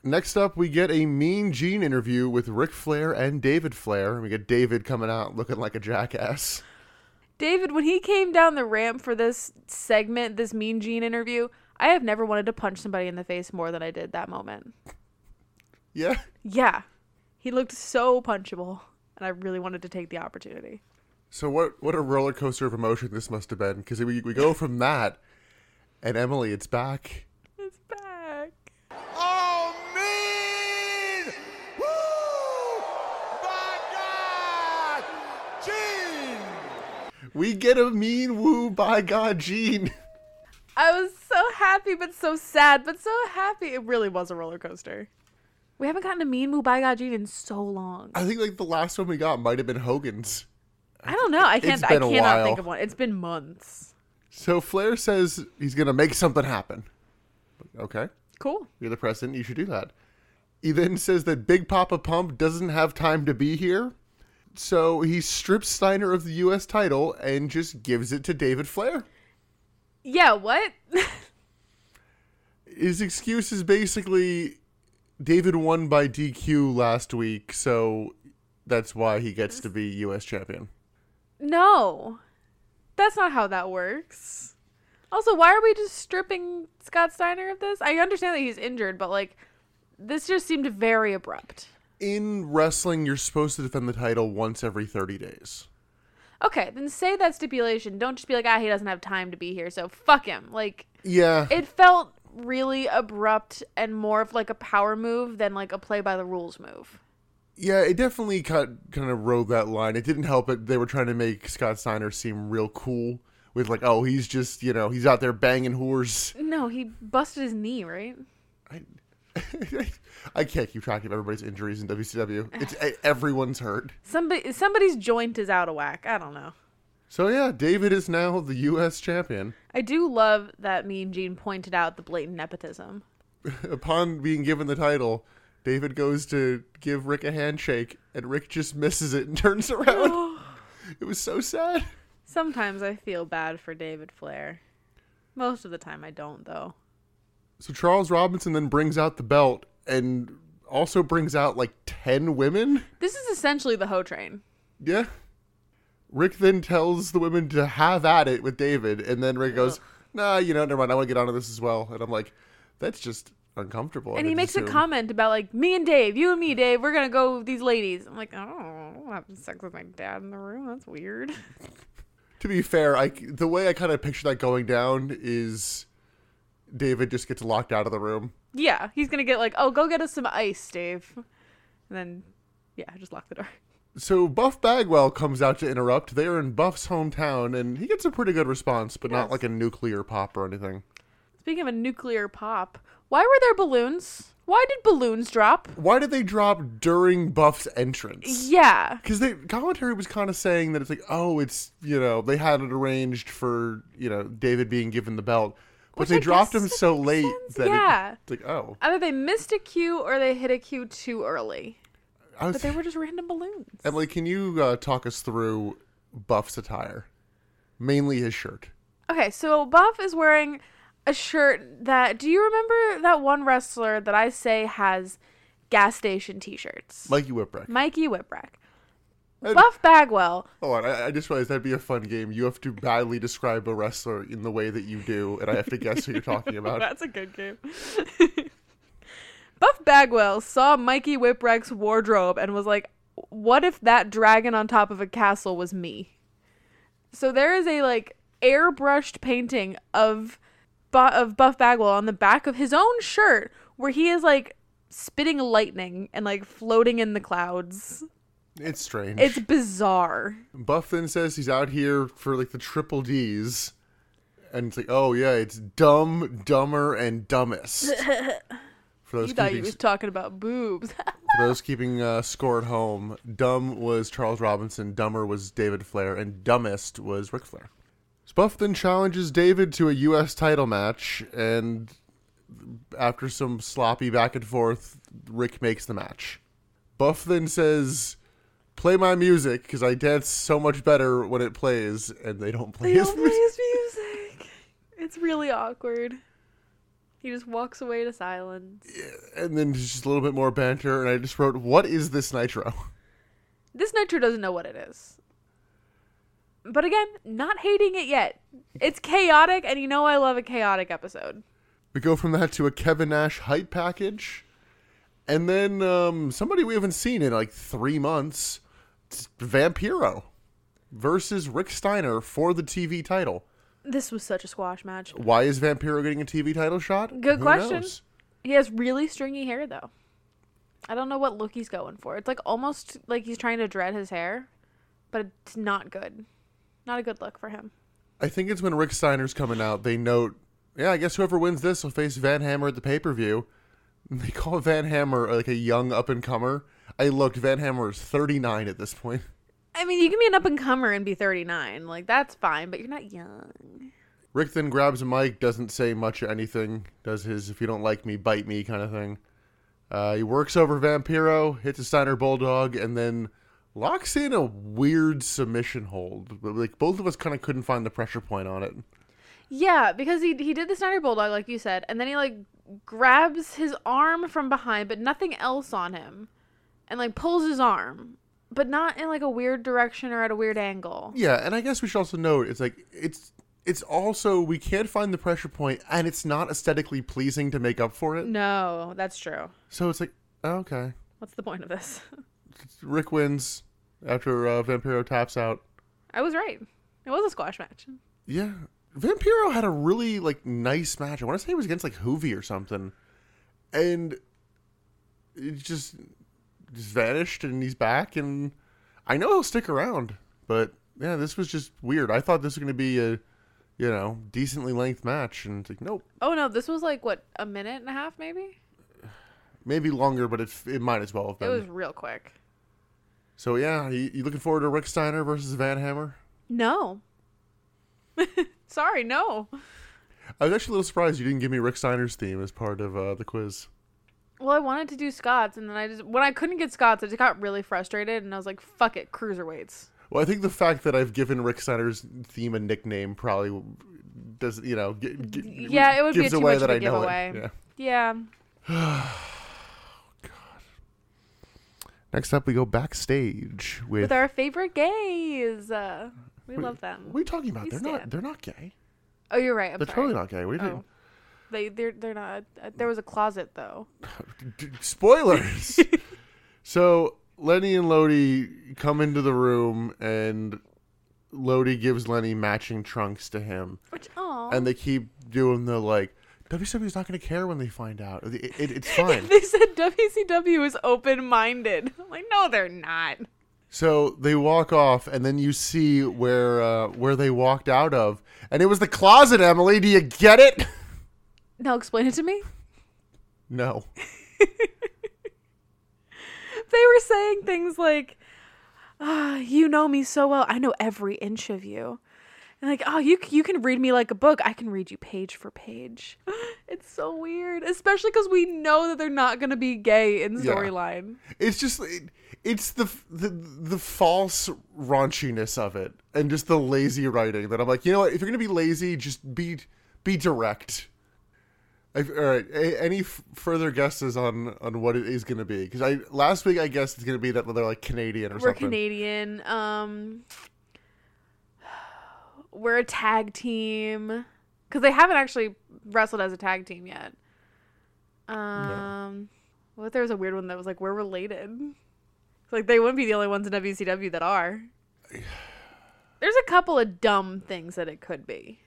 [SPEAKER 1] Next up, we get a Mean Gene interview with Ric Flair and David Flair, and we get David coming out looking like a jackass.
[SPEAKER 2] David, when he came down the ramp for this segment, this Mean Gene interview, I have never wanted to punch somebody in the face more than I did that moment.
[SPEAKER 1] Yeah,
[SPEAKER 2] Yeah. He looked so punchable, and I really wanted to take the opportunity.
[SPEAKER 1] So what what a roller coaster of emotion this must have been because we we go from that, and Emily, it's back.
[SPEAKER 2] It's back.
[SPEAKER 4] Oh, mean! Woo! My God! Gene!
[SPEAKER 1] We get a mean woo by God Gene.
[SPEAKER 2] I was so happy, but so sad, but so happy. It really was a roller coaster. We haven't gotten a mean Moo by God Gene in so long.
[SPEAKER 1] I think like the last one we got might have been Hogan's.
[SPEAKER 2] I don't know. I can't.
[SPEAKER 1] It's
[SPEAKER 2] I
[SPEAKER 1] been a
[SPEAKER 2] cannot
[SPEAKER 1] while.
[SPEAKER 2] think of one. It's been months.
[SPEAKER 1] So Flair says he's gonna make something happen. Okay,
[SPEAKER 2] Cool.
[SPEAKER 1] you're the president. You should do that. He then says that Big Papa Pump doesn't have time to be here. So he strips Steiner of the U.S. title and just gives it to David Flair.
[SPEAKER 2] Yeah. What?
[SPEAKER 1] his excuse is basically David won by DQ last week, so that's why he gets to be U.S. champion.
[SPEAKER 2] no, that's not how that works. Also, why are we just stripping Scott Steiner of this? I understand that he's injured, but like, this just seemed very abrupt.
[SPEAKER 1] In wrestling, you're supposed to defend the title once every 30 days.
[SPEAKER 2] Okay, then say that stipulation. Don't just be like, ah, he doesn't have time to be here, so fuck him. Like,
[SPEAKER 1] Yeah.
[SPEAKER 2] it felt really abrupt and more of like a power move than like a play by the rules move.
[SPEAKER 1] yeah, it definitely cut, kind of rode that line. It didn't help it. They were trying to make Scott Steiner seem real cool with, like, oh, he's just, you know, he's out there banging whores.
[SPEAKER 2] No, he busted his knee, right?
[SPEAKER 1] I, I can't keep track of everybody's injuries in WCW. It's eh, everyone's hurt.
[SPEAKER 2] Somebody somebody's joint is out of whack. I don't know.
[SPEAKER 1] So, yeah, David is now the U.S. champion.
[SPEAKER 2] I do love that Mean Gene pointed out the blatant nepotism.
[SPEAKER 1] upon being given the title, David goes to give Rick a handshake, and Rick just misses it and turns around. it was so sad.
[SPEAKER 2] Sometimes I feel bad for David Flair. Most of the time I don't though.
[SPEAKER 1] So Charles Robinson then brings out the belt and also brings out like 10 women.
[SPEAKER 2] This is essentially the Ho Train.
[SPEAKER 1] Yeah. Rick then tells the women to have at it with David, and then Rick goes, nah, you know, never mind. I want to get onto this as well. And I'm like, that's just uncomfortable.
[SPEAKER 2] And
[SPEAKER 1] I
[SPEAKER 2] he
[SPEAKER 1] just
[SPEAKER 2] makes a
[SPEAKER 1] assume.
[SPEAKER 2] comment about like me and Dave, you and me, Dave, we're gonna go with these ladies. I'm like, oh, I don't have sex with my dad in the room. That's weird.
[SPEAKER 1] to be fair, I the way I kind of picture that going down is David just gets locked out of the room.
[SPEAKER 2] Yeah, he's gonna get like, oh, go get us some ice, Dave. And then, yeah, just lock the door.
[SPEAKER 1] So Buff Bagwell comes out to interrupt. They are in Buff's hometown, and he gets a pretty good response, but not
[SPEAKER 2] Yes.
[SPEAKER 1] like a nuclear pop or anything.
[SPEAKER 2] Speaking of a nuclear pop, why were there balloons? Why did balloons drop?
[SPEAKER 1] Why did they drop during Buff's entrance?
[SPEAKER 2] Yeah.
[SPEAKER 1] Because the commentary was kind of saying that it's like, oh, it's you know they had it arranged for you know David being given the belt, but
[SPEAKER 2] Which
[SPEAKER 1] they
[SPEAKER 2] I
[SPEAKER 1] dropped
[SPEAKER 2] guess
[SPEAKER 1] him so
[SPEAKER 2] makes
[SPEAKER 1] late
[SPEAKER 2] sense.
[SPEAKER 1] that it-
[SPEAKER 2] Yeah.
[SPEAKER 1] it's like oh,
[SPEAKER 2] Either they missed a cue or they hit a cue too early.
[SPEAKER 1] I was
[SPEAKER 2] But they were just random balloons.
[SPEAKER 1] Emily, can you uh, talk us through Buff's attire? Mainly his shirt.
[SPEAKER 2] Okay, so Buff is wearing a shirt that. Do you remember that one wrestler that I say has gas station t shirts?
[SPEAKER 1] Like you whipwreck.
[SPEAKER 2] Mikey Whipwreck.
[SPEAKER 1] And-
[SPEAKER 2] Buff Bagwell
[SPEAKER 1] Hold on, I, I just realized that'd be a fun game. You have to badly describe a wrestler in the way that you do, and I have to guess who you're talking about.
[SPEAKER 2] That's a good game. Buff Bagwell saw Mikey Whipwreck's wardrobe and was like, "What if that dragon on top of a castle was me?" So there is a like airbrushed painting of Bu- of Buff Bagwell on the back of his own shirt where he is like spitting lightning and like floating in the clouds.
[SPEAKER 1] It's strange.
[SPEAKER 2] It's bizarre.
[SPEAKER 1] Buff then says he's out here for like the triple D's, and it's like, oh yeah, it's dumb, dumber, and dumbest. For those
[SPEAKER 2] You thought he
[SPEAKER 1] keeping-
[SPEAKER 2] was talking about boobs.
[SPEAKER 1] For those keeping uh, score at home, dumb was Charles Robinson, dumber was David Flair, and dumbest was Ric Flair. So Buff then challenges David to a U.S. title match, and after some sloppy back and forth, Rick makes the match. Buff then says, play my music because I dance so much better when it plays, and they don't play
[SPEAKER 2] They
[SPEAKER 1] his
[SPEAKER 2] don't play
[SPEAKER 1] music.
[SPEAKER 2] his music. It's really awkward. He just walks away to silence.
[SPEAKER 1] And then there's just a little bit more banter, and I just wrote, "What is this Nitro?"
[SPEAKER 2] This Nitro doesn't know what it is. But again, not hating it yet. It's chaotic, and you know I love a chaotic episode.
[SPEAKER 1] We go from that to a Kevin Nash hype package, and then um, somebody we haven't seen in like three months, it's Vampiro, versus Rick Steiner for the TV title.
[SPEAKER 2] This was such a squash match.
[SPEAKER 1] Why is Vampiro getting a TV title shot?
[SPEAKER 2] Good
[SPEAKER 1] Who
[SPEAKER 2] question.
[SPEAKER 1] knows?
[SPEAKER 2] He has really stringy hair, though. I don't know what look he's going for. It's like almost like he's trying to dread his hair, but it's not good. Not a good look for him.
[SPEAKER 1] I think it's when Rick Steiner's coming out, they note, yeah, I guess whoever wins this will face Van Hammer at the pay per view. They call Van Hammer like a young up and comer. I looked, Van Hammer is 39 at this point.
[SPEAKER 2] I mean, you can be an up and comer and be 39. Like, that's fine, but you're not young.
[SPEAKER 1] Rick then grabs a mic, doesn't say much or anything, does his if you don't like me, bite me kind of thing. Uh, he works over Vampiro, hits a Steiner Bulldog, and then locks in a weird submission hold. But, Like both of us kind of couldn't find the pressure point on it.
[SPEAKER 2] Yeah, because he, he did the Snyder Bulldog, like you said, and then he, like, grabs his arm from behind, but nothing else on him, and, like, pulls his arm, but not in, like, a weird direction or at a weird angle.
[SPEAKER 1] Yeah, and I guess we should also note it's like it's it's also we can't find the pressure point, and it's not aesthetically pleasing to make up for it.
[SPEAKER 2] No, that's true.
[SPEAKER 1] So it's like okay,
[SPEAKER 2] What's the point of this?
[SPEAKER 1] Rick wins after uh, Vampiro taps out.
[SPEAKER 2] I was right. It was a squash match.
[SPEAKER 1] Yeah. Vampiro had a really like nice match. I want to say it was against like Hoovy or something. And it just just vanished and he's back and I know he'll stick around, but yeah, this was just weird. I thought this was going to be a you know, decently length match and it's like nope,
[SPEAKER 2] Oh no, this was like what a minute and a half maybe.
[SPEAKER 1] maybe longer, but it it might as well have
[SPEAKER 2] It
[SPEAKER 1] been.
[SPEAKER 2] was real quick.
[SPEAKER 1] So yeah, you, you looking forward to Rick Steiner versus Van Hammer?
[SPEAKER 2] No. Sorry, no.
[SPEAKER 1] I was actually a little surprised you didn't give me Rick Steiner's theme as part of uh, the quiz.
[SPEAKER 2] Well, I wanted to do Scott's, and then I just when I couldn't get Scott's, I just got really frustrated, and I was like, "Fuck it, cruiserweights."
[SPEAKER 1] Well, I think the fact that I've given Rick Snyder's theme a nickname probably does you know g- g-
[SPEAKER 2] Yeah, it would be
[SPEAKER 1] gives
[SPEAKER 2] too
[SPEAKER 1] away
[SPEAKER 2] much
[SPEAKER 1] that
[SPEAKER 2] of a
[SPEAKER 1] I know
[SPEAKER 2] giveaway.
[SPEAKER 1] it. Yeah.
[SPEAKER 2] Yeah.
[SPEAKER 1] Next up, we go backstage with.
[SPEAKER 2] With our favorite gays, uh, we
[SPEAKER 1] Wait,
[SPEAKER 2] love them.
[SPEAKER 1] What are you talking about?
[SPEAKER 2] You
[SPEAKER 1] They're
[SPEAKER 2] stan.
[SPEAKER 1] not. They're not gay.
[SPEAKER 2] oh, you're right. I'm
[SPEAKER 1] They're
[SPEAKER 2] sorry.
[SPEAKER 1] totally not gay. What are you
[SPEAKER 2] Oh. They they're they're not. Uh, there was a closet though.
[SPEAKER 1] doing? D- Spoilers. so Lenny and Lodi come into the room, and Lodi gives Lenny matching trunks to him.
[SPEAKER 2] Which oh.
[SPEAKER 1] and they keep doing the like WWE's not going to care when they find out. It, it, it's fine.
[SPEAKER 2] they said WCW is open minded. I'm like, no, they're not.
[SPEAKER 1] so they walk off, and then you see where uh, where they walked out of, and it was the closet. Emily, do you get it?
[SPEAKER 2] Now explain it to me.
[SPEAKER 1] no.
[SPEAKER 2] They were saying things like, "Ah, "You know me so well. I know every inch of you." And like, "Oh, you c- you can read me like a book. I can read you page for page." It's so weird, especially cuz we know that they're not going to be gay in
[SPEAKER 1] Yeah.
[SPEAKER 2] storyline.
[SPEAKER 1] It's just it, it's the, f- the the false raunchiness of it, and just the lazy writing that I'm like, you know what? If you're gonna be lazy, just be be direct. I, all right. A, any f- further guesses on on what it is gonna be? Because I last week I guessed it's gonna be that they're like Canadian or
[SPEAKER 2] We're
[SPEAKER 1] something.
[SPEAKER 2] Canadian. Um we're a tag team cuz they haven't actually wrestled as a tag team yet. Um what if there was a weird one that was like we're related? Like they wouldn't be the only ones in WCW that are. There's a couple of dumb things that it could be.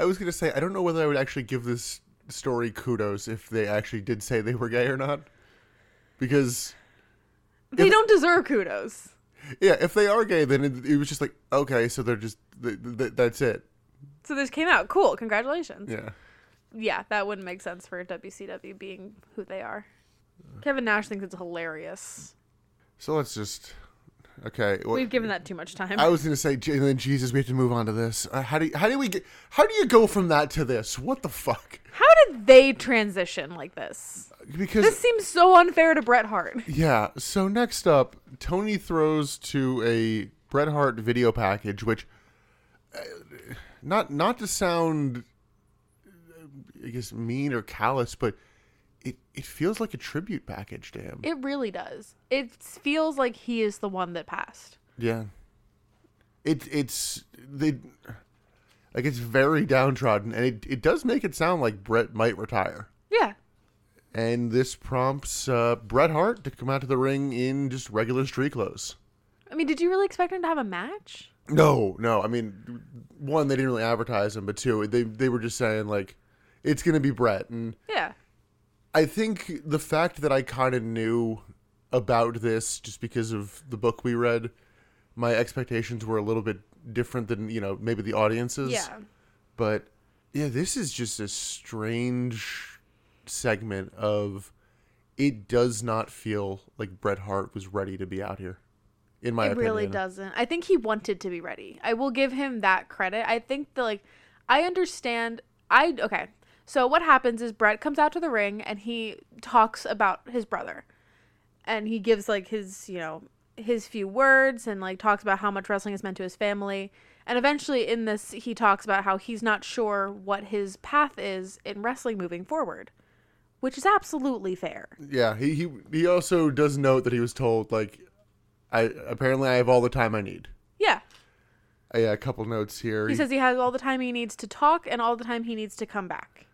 [SPEAKER 1] I was gonna say I don't know whether I would actually give this story kudos if they actually did say they were gay or not, because.
[SPEAKER 2] They don't deserve kudos.
[SPEAKER 1] Yeah, if they are gay, then it, it was just like okay, so they're just th- th- that's it.
[SPEAKER 2] So this came out. Cool. Congratulations.
[SPEAKER 1] Yeah.
[SPEAKER 2] yeah, that wouldn't make sense for WCW being who they are. Kevin Nash thinks it's hilarious.
[SPEAKER 1] So let's just okay. Well,
[SPEAKER 2] We've given that too much time.
[SPEAKER 1] I was gonna say, J- and then Jesus, we have to move on to this. Uh, how do you, how do we get how do you go from that to this? What the fuck?
[SPEAKER 2] How did did they transition like this?
[SPEAKER 1] because
[SPEAKER 2] This seems so unfair to Bret Hart.
[SPEAKER 1] yeah. So next up, Tony throws to a Bret Hart video package, which uh, not not to sound uh, I guess mean or callous, but it it feels like a tribute package to him.
[SPEAKER 2] It really does. It feels like he is the one that passed.
[SPEAKER 1] Yeah. It it's they like it's very downtrodden and it, it does make it sound like Brett might retire.
[SPEAKER 2] Yeah.
[SPEAKER 1] And this prompts uh, Bret Hart to come out to the ring in just regular street clothes.
[SPEAKER 2] I mean, did you really expect him to have a match?
[SPEAKER 1] No, no. I mean, one, they didn't really advertise him, but two, they they were just saying like, it's gonna be Brett. And
[SPEAKER 2] Yeah.
[SPEAKER 1] I think the fact that I kind of knew about this just because of the book we read, my expectations were a little bit different than, you know, maybe the audiences.
[SPEAKER 2] Yeah.
[SPEAKER 1] But yeah, this is just a strange segment of it does not feel like Bret Hart was ready to be out here. In my
[SPEAKER 2] it
[SPEAKER 1] opinion.
[SPEAKER 2] really doesn't. I think he wanted to be ready. I will give him that credit. I think that like I understand I okay. So what happens is Brett comes out to the ring and he talks about his brother. And he gives like his, you know, his few words and like talks about how much wrestling has meant to his family. And eventually in this he talks about how he's not sure what his path is in wrestling moving forward, which is absolutely fair.
[SPEAKER 1] Yeah, he, he he also does note that he was told like I apparently I have all the time I need.
[SPEAKER 2] Yeah.
[SPEAKER 1] Uh, yeah, a couple notes here.
[SPEAKER 2] He says he has all the time he needs to talk and all the time he needs to come back.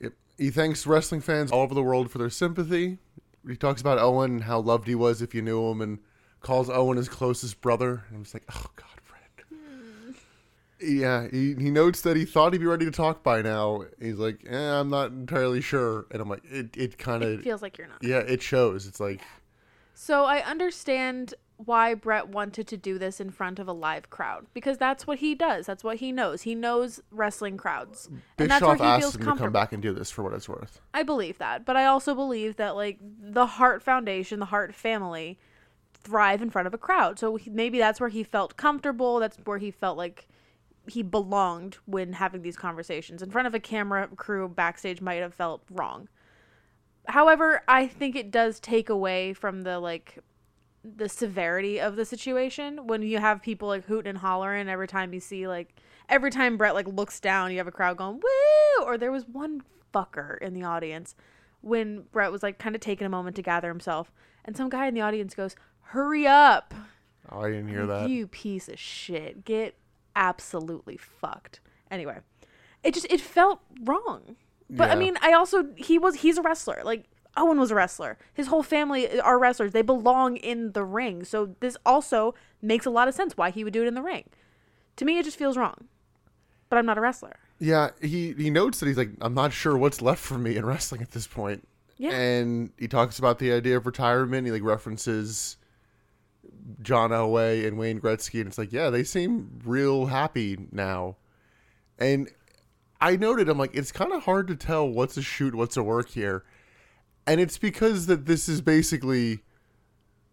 [SPEAKER 1] Yep. He thanks wrestling fans all over the world for their sympathy. He talks about Owen and how loved he was if you knew him, and calls Owen his closest brother. And I'm just like, oh God, Fred.
[SPEAKER 2] Hmm.
[SPEAKER 1] Yeah, he, he notes that he thought he'd be ready to talk by now. He's like, eh, I'm not entirely sure. And I'm like, it, it kind
[SPEAKER 2] It
[SPEAKER 1] of,
[SPEAKER 2] feels like you're not.
[SPEAKER 1] yeah, it shows. It's like,
[SPEAKER 2] So I understand why Brett wanted to do this in front of a live crowd because that's what he does. That's what he knows. He knows wrestling crowds. and that's where
[SPEAKER 1] Bischoff
[SPEAKER 2] he
[SPEAKER 1] asked
[SPEAKER 2] feels
[SPEAKER 1] him to
[SPEAKER 2] comfortable.
[SPEAKER 1] come back and do this for what it's worth.
[SPEAKER 2] I believe that, but I also believe that like the Hart Foundation, the Hart family thrive in front of a crowd. So he, maybe that's where he felt comfortable. That's where he felt like he belonged when having these conversations in front of a camera crew backstage might have felt wrong. However, I think it does take away from the like the severity of the situation when you have people like hooting and hollering every time you see like every time Brett like looks down, you have a crowd going woo. Or there was one fucker in the audience when Brett was like kind of taking a moment to gather himself, and some guy in the audience goes, "Hurry up,
[SPEAKER 1] Oh, I didn't hear that.
[SPEAKER 2] you piece of shit! Get absolutely fucked." Anyway, it just it felt wrong. But I
[SPEAKER 1] Yeah.
[SPEAKER 2] mean, I also he was he's a wrestler. Like Owen was a wrestler. His whole family are wrestlers. They belong in the ring. So this also makes a lot of sense why he would do it in the ring. To me, it just feels wrong. But I'm not a wrestler.
[SPEAKER 1] Yeah, he he notes that he's like, I'm not sure what's left for me in wrestling at this point.
[SPEAKER 2] Yeah.
[SPEAKER 1] And he talks about the idea of retirement. He like references John Elway and Wayne Gretzky, and it's like, yeah, they seem real happy now. And I noted, I'm like, it's kind of hard to tell what's a shoot, what's a work here, and it's because that this is basically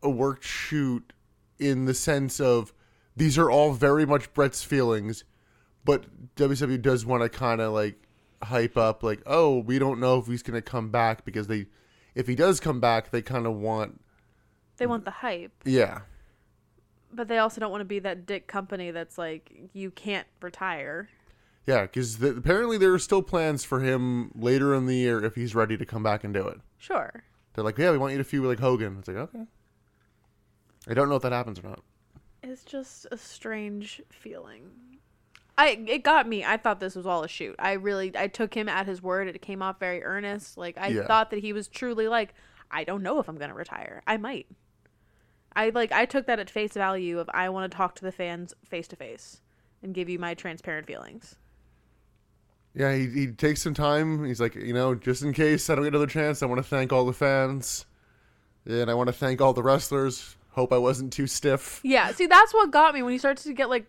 [SPEAKER 1] a work shoot in the sense of these are all very much Brett's feelings, but WWE does want to kind of like hype up, like, oh, we don't know if he's gonna come back because they, if he does come back, they kind of want,
[SPEAKER 2] They want the hype.
[SPEAKER 1] yeah,
[SPEAKER 2] But they also don't want to be that dick company that's like, you can't retire.
[SPEAKER 1] yeah, because the, apparently there are still plans for him later in the year if he's ready to come back and do it.
[SPEAKER 2] Sure.
[SPEAKER 1] They're like, yeah, we want you to feud with like Hogan. It's like, okay. I don't know if that happens or not.
[SPEAKER 2] It's just a strange feeling. I it got me. I thought this was all a shoot. I really I took him at his word. It came off very earnest. Like I
[SPEAKER 1] Yeah.
[SPEAKER 2] thought that he was truly like, I don't know if I'm gonna retire. I might. I like I took that at face value of I want to talk to the fans face to face and give you my transparent feelings.
[SPEAKER 1] Yeah, he, he takes some time. He's like, you know, just in case I don't get another chance, I want to thank all the fans. And I want to thank all the wrestlers. Hope I wasn't too stiff.
[SPEAKER 2] Yeah, see, that's what got me when he starts to get like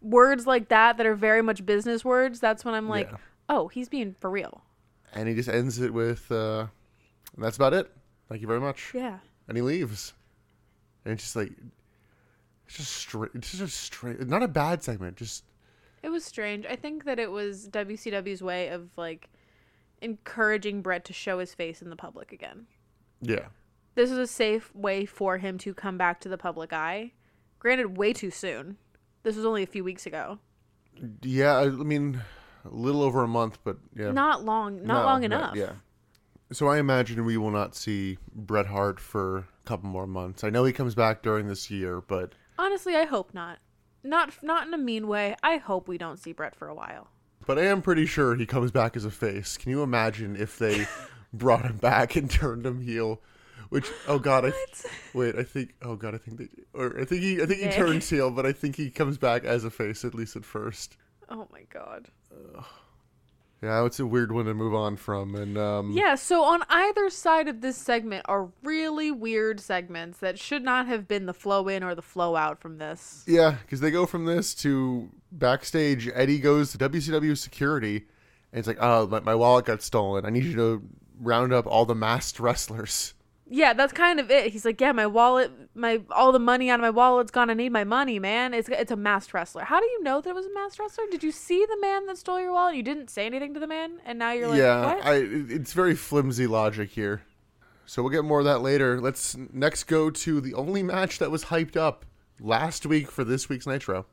[SPEAKER 2] words like that that are very much business words. That's when I'm like,
[SPEAKER 1] Yeah.
[SPEAKER 2] oh, he's being for real.
[SPEAKER 1] And he just ends it with, uh, and that's about it. Thank you very much.
[SPEAKER 2] Yeah,
[SPEAKER 1] And he leaves. And it's just like, it's just straight, it's just a straight, not a bad segment. Just,
[SPEAKER 2] it was strange. I think that it was WCW's way of like encouraging Brett to show his face in the public again.
[SPEAKER 1] Yeah.
[SPEAKER 2] This is a safe way for him to come back to the public eye. Granted, way too soon. This was only a few weeks ago.
[SPEAKER 1] Yeah, I I mean, a little over a month, but yeah.
[SPEAKER 2] Not long, not
[SPEAKER 1] No,
[SPEAKER 2] long
[SPEAKER 1] no,
[SPEAKER 2] enough.
[SPEAKER 1] yeah. So I imagine we will not see Bret Hart for a couple more months. I know he comes back during this year, but
[SPEAKER 2] Honestly, I hope not. Not not in a mean way. I hope we don't see Brett for a while.
[SPEAKER 1] but I am pretty sure he comes back as a face. Can you imagine if they brought him back and turned him heel? Which oh god, I wait, I think oh god, I think they or I think he I think he
[SPEAKER 2] Nick.
[SPEAKER 1] turns heel, but I think he comes back as a face at least at first.
[SPEAKER 2] Oh my god.
[SPEAKER 1] Yeah, it's a weird one to move on from, and um,
[SPEAKER 2] Yeah, so on either side of this segment are really weird segments that should not have been the flow in or the flow out from this.
[SPEAKER 1] Yeah, because they go from this to backstage. Eddie goes to WCW security, and it's like, "Oh, my, my wallet got stolen. I need you to round up all the masked wrestlers."
[SPEAKER 2] Yeah, that's kind of it. He's like, "Yeah, my wallet, my all the money out of my wallet's gone. I need my money, man." It's it's a masked wrestler. How do you know that it was a masked wrestler? Did you see the man that stole your wallet? You didn't say anything to the man, and now you're like,
[SPEAKER 1] yeah,
[SPEAKER 2] "What?"
[SPEAKER 1] I, it- it's very flimsy logic here. So we'll get more of that later. Let's next go to the only match that was hyped up last week for this week's Nitro.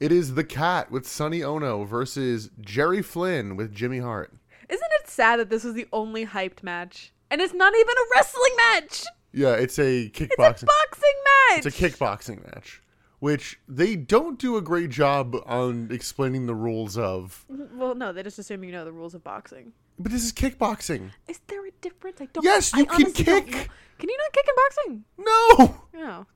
[SPEAKER 1] It is the Cat with Sonny Ono versus Jerry Flynn with Jimmy Hart.
[SPEAKER 2] Isn't it sad that this was the only hyped match, and it's not even a wrestling match?
[SPEAKER 1] Yeah, it's a kickboxing.
[SPEAKER 2] It's a boxing
[SPEAKER 1] It's
[SPEAKER 2] match.
[SPEAKER 1] a kickboxing match, which they don't do a great job on explaining the rules of.
[SPEAKER 2] Well, no, they just assume you know the rules of boxing.
[SPEAKER 1] But this is kickboxing.
[SPEAKER 2] Is there a difference? I don't.
[SPEAKER 1] Yes,
[SPEAKER 2] I
[SPEAKER 1] you can
[SPEAKER 2] honestly don't
[SPEAKER 1] kick.
[SPEAKER 2] know. Can you not kick in boxing?
[SPEAKER 1] No,
[SPEAKER 2] No,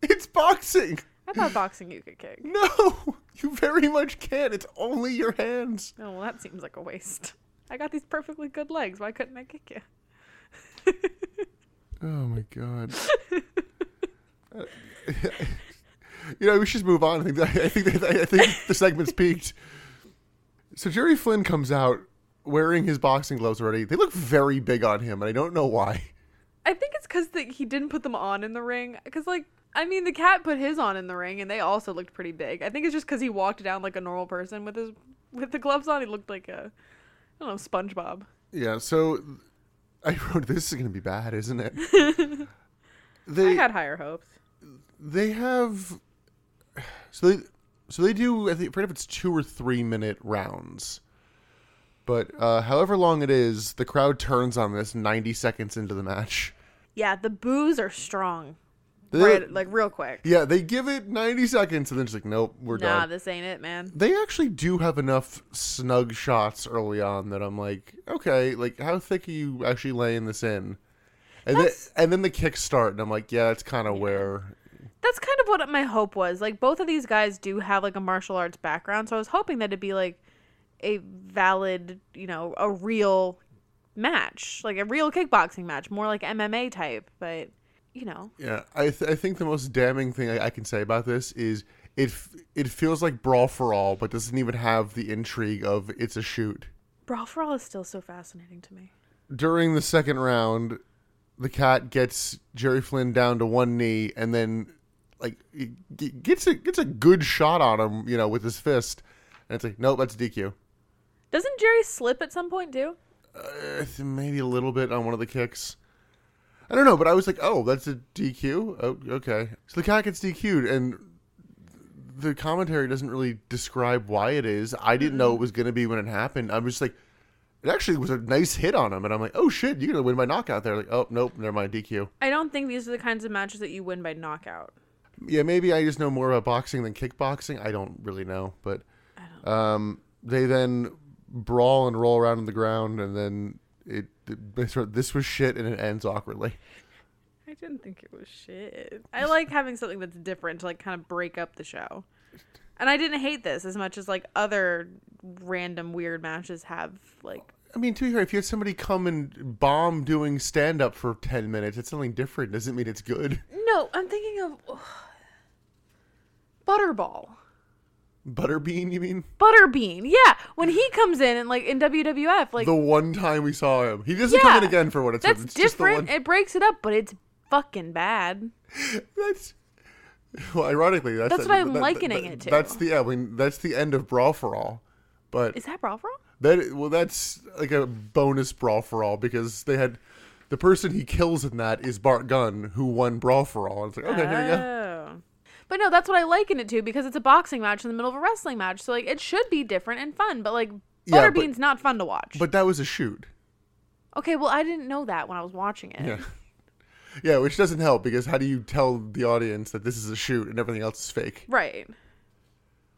[SPEAKER 1] it's boxing.
[SPEAKER 2] I thought boxing you could kick.
[SPEAKER 1] No, you very much can't. It's only your hands.
[SPEAKER 2] Oh well, that seems like a waste. I got these perfectly good legs. Why couldn't I kick you?
[SPEAKER 1] Oh my god. you know, we should just move on. I think I think I think the segment's peaked. So Jerry Flynn comes out wearing his boxing gloves already. They look very big on him, and I don't know why.
[SPEAKER 2] I think it's because he didn't put them on in the ring. Because like, I mean, the cat put his on in the ring, and they also looked pretty big. I think it's just because he walked down like a normal person with his with the gloves on. He looked like a, I don't know, SpongeBob.
[SPEAKER 1] Yeah, so th- I wrote this is going to be bad, isn't it?
[SPEAKER 2] I
[SPEAKER 1] they
[SPEAKER 2] had higher hopes.
[SPEAKER 1] they have so they so they do I think I forget if it's 2 or 3 minute rounds. But uh, however long it is, the crowd turns on this 90 seconds into the match.
[SPEAKER 2] Yeah, the boos are strong.
[SPEAKER 1] They-
[SPEAKER 2] Right, like real quick.
[SPEAKER 1] yeah, they give it 90 seconds and then just like nope, we're
[SPEAKER 2] Nah,
[SPEAKER 1] done.
[SPEAKER 2] this ain't it, man.
[SPEAKER 1] they actually do have enough snug shots early on that I'm like, okay, like how thick are you actually laying this in? And then,
[SPEAKER 2] That's-
[SPEAKER 1] and then the kicks start, and I'm like, yeah, that's kind of where.
[SPEAKER 2] that's kind of what my hope was. Like both of these guys do have like a martial arts background, so I was hoping that it'd be like a valid, you know, a real match, like a real kickboxing match, more like MMA type, but you know,
[SPEAKER 1] Yeah, I th- I think the most damning thing I, I can say about this is it f- it feels like brawl for all, but doesn't even have the intrigue of it's a shoot.
[SPEAKER 2] Brawl for All is still so fascinating to me.
[SPEAKER 1] During the second round, the cat gets Jerry Flynn down to one knee, and then like he g- gets a gets a good shot on him, you know, with his fist, and it's like, nope, that's DQ.
[SPEAKER 2] Doesn't Jerry slip at some point too?
[SPEAKER 1] I think uh, maybe a little bit on one of the kicks. I don't know, but I was like, oh, that's a DQ? Oh, okay. So the cat gets DQ'd, and the commentary doesn't really describe why it is. I didn't know it was going to be when it happened. I'm just like, it actually was a nice hit on him, and I'm like, oh shit, you're going to win by knockout there. Like, oh, nope, never mind, DQ.
[SPEAKER 2] I don't think these are the kinds of matches that you win by knockout.
[SPEAKER 1] Yeah, maybe I just know more about boxing than kickboxing. I don't really know, but um, they then brawl and roll around on the ground, and then it, it sort of- this was shit, and it ends awkwardly.
[SPEAKER 2] I didn't think it was shit. I like having something that's different to like kind of break up the show. And I didn't hate this as much as like other random weird matches have. Like,
[SPEAKER 1] I mean, to be fair, if you had somebody come and bomb doing stand up for ten minutes, it's something different. Doesn't mean it's good.
[SPEAKER 2] no, I'm thinking of Butterball,
[SPEAKER 1] Butterbean, you mean?
[SPEAKER 2] Butterbean. Yeah, when he comes in and like in WWF, like
[SPEAKER 1] The one time we saw him, he doesn't come in
[SPEAKER 2] Yeah.
[SPEAKER 1] again for what it's
[SPEAKER 2] that's
[SPEAKER 1] worth. It's just the
[SPEAKER 2] different.
[SPEAKER 1] one-
[SPEAKER 2] It breaks it up, but it's fucking bad.
[SPEAKER 1] That's well, ironically, that's
[SPEAKER 2] That's
[SPEAKER 1] the-
[SPEAKER 2] what I'm likening it to.
[SPEAKER 1] That's the yeah, I mean, that's the end of brawl for all. But
[SPEAKER 2] Is that Brawl for All?
[SPEAKER 1] That well, that's like a bonus brawl for all because they had the person he kills in that is Bart Gunn, who won brawl for all. And it's like okay, here we go.
[SPEAKER 2] Oh. But no, that's what I liken it to because it's a boxing match in the middle of a wrestling match. So like it should be different and fun, but like
[SPEAKER 1] Yeah, but-
[SPEAKER 2] Butterbean's not fun to watch.
[SPEAKER 1] But that was a shoot.
[SPEAKER 2] okay, well I didn't know that when I was watching it.
[SPEAKER 1] Yeah. Yeah, which doesn't help because how do you tell the audience that this is a shoot and everything else is fake?
[SPEAKER 2] Right.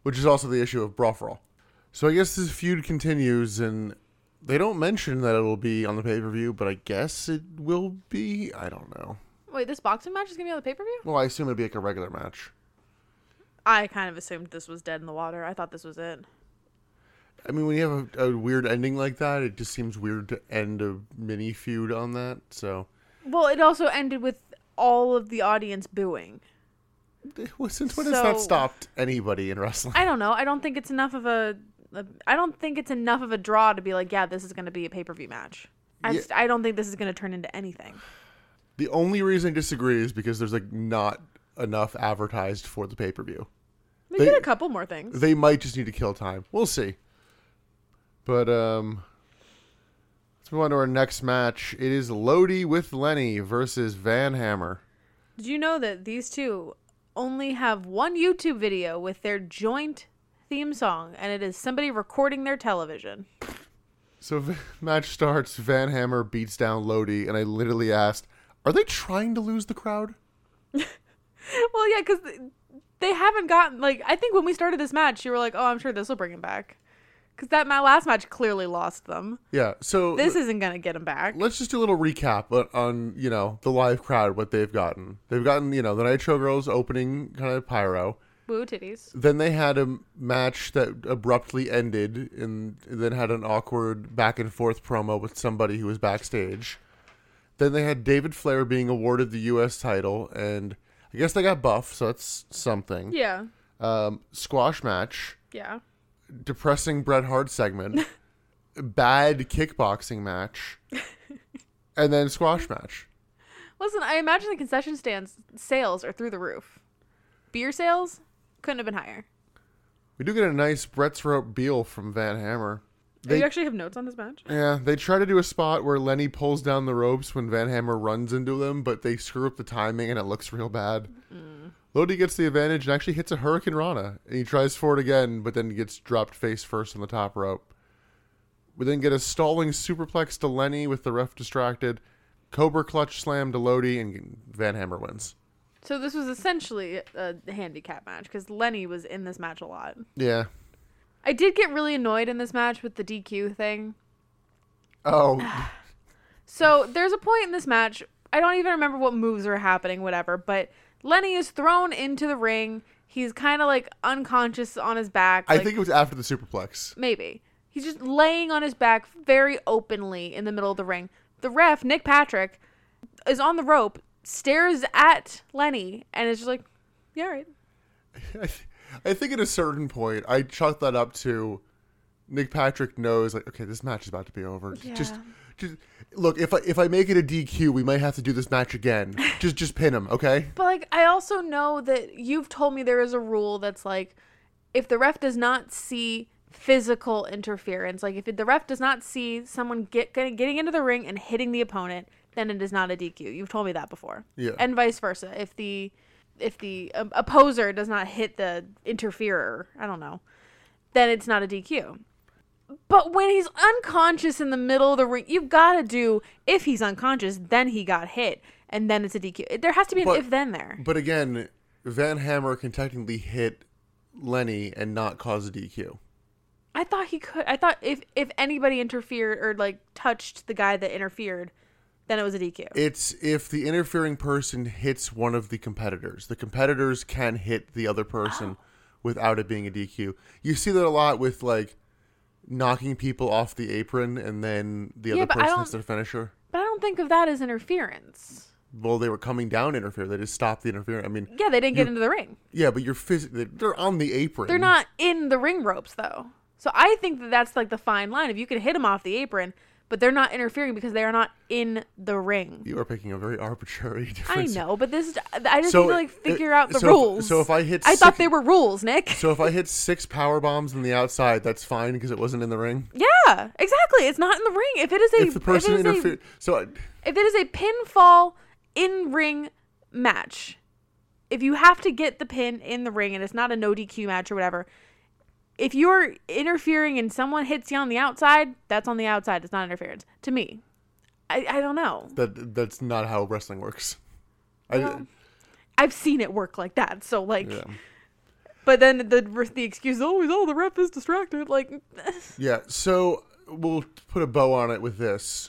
[SPEAKER 1] Which is also the issue of Brawl for All. So I guess this feud continues and they don't mention that it'll be on the pay per view, but I guess it will be. I don't know.
[SPEAKER 2] Wait, this boxing match is gonna be on the pay per view?
[SPEAKER 1] Well, I assume it'll be like a regular match.
[SPEAKER 2] I kind of assumed this was dead in the water. I thought this was it.
[SPEAKER 1] I mean, when you have a, a weird ending like that, it just seems weird to end a mini feud on that. So
[SPEAKER 2] Well, it also ended with all of the audience booing.
[SPEAKER 1] Well, since when has that
[SPEAKER 2] So-
[SPEAKER 1] stopped anybody in wrestling?
[SPEAKER 2] I don't know. I don't think it's enough of a. a I don't think it's enough of a draw to be like, yeah, this is going to be a pay per view match. I
[SPEAKER 1] Yeah.
[SPEAKER 2] just, I don't think this is going to turn into anything.
[SPEAKER 1] The only reason I disagree is because there's like not enough advertised for the pay per view.
[SPEAKER 2] We
[SPEAKER 1] They-
[SPEAKER 2] get a couple more things.
[SPEAKER 1] They might just need to kill time. We'll see. But um let's move on to our next match. It is Lodi with Lenny versus Van Hammer.
[SPEAKER 2] Did you know that these two only have one YouTube video with their joint theme song, and it is somebody recording their television?
[SPEAKER 1] So v- match starts, Van Hammer beats down Lodi, and I literally asked, Are they trying to lose the crowd?
[SPEAKER 2] well, yeah, because they haven't gotten like I think when we started this match, you were like, oh, I'm sure this will bring him back, because that my last match clearly lost them.
[SPEAKER 1] Yeah. So
[SPEAKER 2] This isn't gonna get him back.
[SPEAKER 1] let's just do a little recap on, on you know the live crowd what they've gotten they've gotten you know the nitro girls opening kind of pyro
[SPEAKER 2] Woo titties.
[SPEAKER 1] then they had a match that abruptly ended and then had an awkward back and forth promo with somebody who was backstage then they had david flair being awarded the us title and i guess they got buff so that's something
[SPEAKER 2] Yeah.
[SPEAKER 1] um, squash match
[SPEAKER 2] Yeah.
[SPEAKER 1] depressing Bret Hart segment, bad kickboxing match, and then squash match.
[SPEAKER 2] Listen, I imagine the concession stands sales are through the roof. Beer sales couldn't have been higher.
[SPEAKER 1] We do get a nice Brett's rope Beal from Van Hammer.
[SPEAKER 2] Do
[SPEAKER 1] They,
[SPEAKER 2] you actually have notes on this match?
[SPEAKER 1] yeah, they try to do a spot where Lenny pulls down the ropes when Van Hammer runs into them, but they screw up the timing and it looks real bad. Lodi gets the advantage and actually hits a Hurricane Rana. And he tries for it again, but then gets dropped face first on the top rope. We then get a stalling superplex to Lenny with the ref distracted. Cobra clutch slam to Lodi, and Van Hammer wins.
[SPEAKER 2] So this was essentially a handicap match because Lenny was in this match a lot.
[SPEAKER 1] Yeah.
[SPEAKER 2] I did get really annoyed in this match with the DQ thing.
[SPEAKER 1] Oh,
[SPEAKER 2] So there's a point in this match. I don't even remember what moves are happening, whatever, but Lenny is thrown into the ring. He's kind of like unconscious on his back.
[SPEAKER 1] I
[SPEAKER 2] like-
[SPEAKER 1] think it was after the superplex.
[SPEAKER 2] maybe. He's just laying on his back very openly in the middle of the ring. The ref, Nick Patrick, is on the rope, stares at Lenny, and is just like, yeah, all right.
[SPEAKER 1] I, th- I think at a certain point, I chalked that up to Nick Patrick knows, like, okay, this match is about to be over. J- Just,
[SPEAKER 2] Yeah.
[SPEAKER 1] just look. If I if I make it a DQ, we might have to do this match again. just just pin him, okay?
[SPEAKER 2] But like, I also know that you've told me there is a rule that's like, if the ref does not see physical interference, like if the ref does not see someone get getting getting into the ring and hitting the opponent, then it is not a DQ. You've told me that before.
[SPEAKER 1] Yeah.
[SPEAKER 2] And vice versa, if the if the um, opposer does not hit the interferer, I don't know, then it's not a DQ. But when he's unconscious in the middle of the ring, you've got to do if he's unconscious, then he got hit, and then it's a DQ. There has to be an
[SPEAKER 1] But-
[SPEAKER 2] if then there.
[SPEAKER 1] But again, Van Hammer can technically hit Lenny and not cause a DQ.
[SPEAKER 2] I thought he could. I thought if if anybody interfered or like touched the guy that interfered, then it was a DQ.
[SPEAKER 1] It's if the interfering person hits one of the competitors. The competitors can hit the other person without it being a DQ. You see that a lot with like knocking people off the apron and then the other
[SPEAKER 2] but I
[SPEAKER 1] person
[SPEAKER 2] don't-
[SPEAKER 1] hits their finisher.
[SPEAKER 2] but I don't think of that as interference.
[SPEAKER 1] Well, they were coming down to interfere. They just stopped the interference. I mean,
[SPEAKER 2] Yeah, they didn't get into the ring.
[SPEAKER 1] yeah, but you're physically they're on the apron.
[SPEAKER 2] They're not in the ring ropes though. So I think that that's like the fine line. If you could hit him off the apron, but they're not interfering because they are not in the ring.
[SPEAKER 1] You are picking a very arbitrary
[SPEAKER 2] I
[SPEAKER 1] difference.
[SPEAKER 2] know, but this is, I just
[SPEAKER 1] So,
[SPEAKER 2] need to like
[SPEAKER 1] uh,
[SPEAKER 2] figure out the
[SPEAKER 1] so if-
[SPEAKER 2] rules.
[SPEAKER 1] so if I hit
[SPEAKER 2] I thought
[SPEAKER 1] six-
[SPEAKER 2] they were rules, Nick.
[SPEAKER 1] So if I hit six power bombs on the outside, that's fine because it wasn't in the ring.
[SPEAKER 2] yeah, exactly. It's not in the ring. If it is a
[SPEAKER 1] If the person
[SPEAKER 2] if it is a-
[SPEAKER 1] interfered, so I-
[SPEAKER 2] if it is a pinfall in ring match, if you have to get the pin in the ring and it's not a no DQ match or whatever, if you're interfering and someone hits you on the outside, that's on the outside. It's not interference to me. I, I don't know.
[SPEAKER 1] that that's not how wrestling works. I,
[SPEAKER 2] I've seen it work like that. So like,
[SPEAKER 1] yeah.
[SPEAKER 2] but then the the excuse always oh the ref is distracted. Like,
[SPEAKER 1] Yeah, so we'll put a bow on it with this.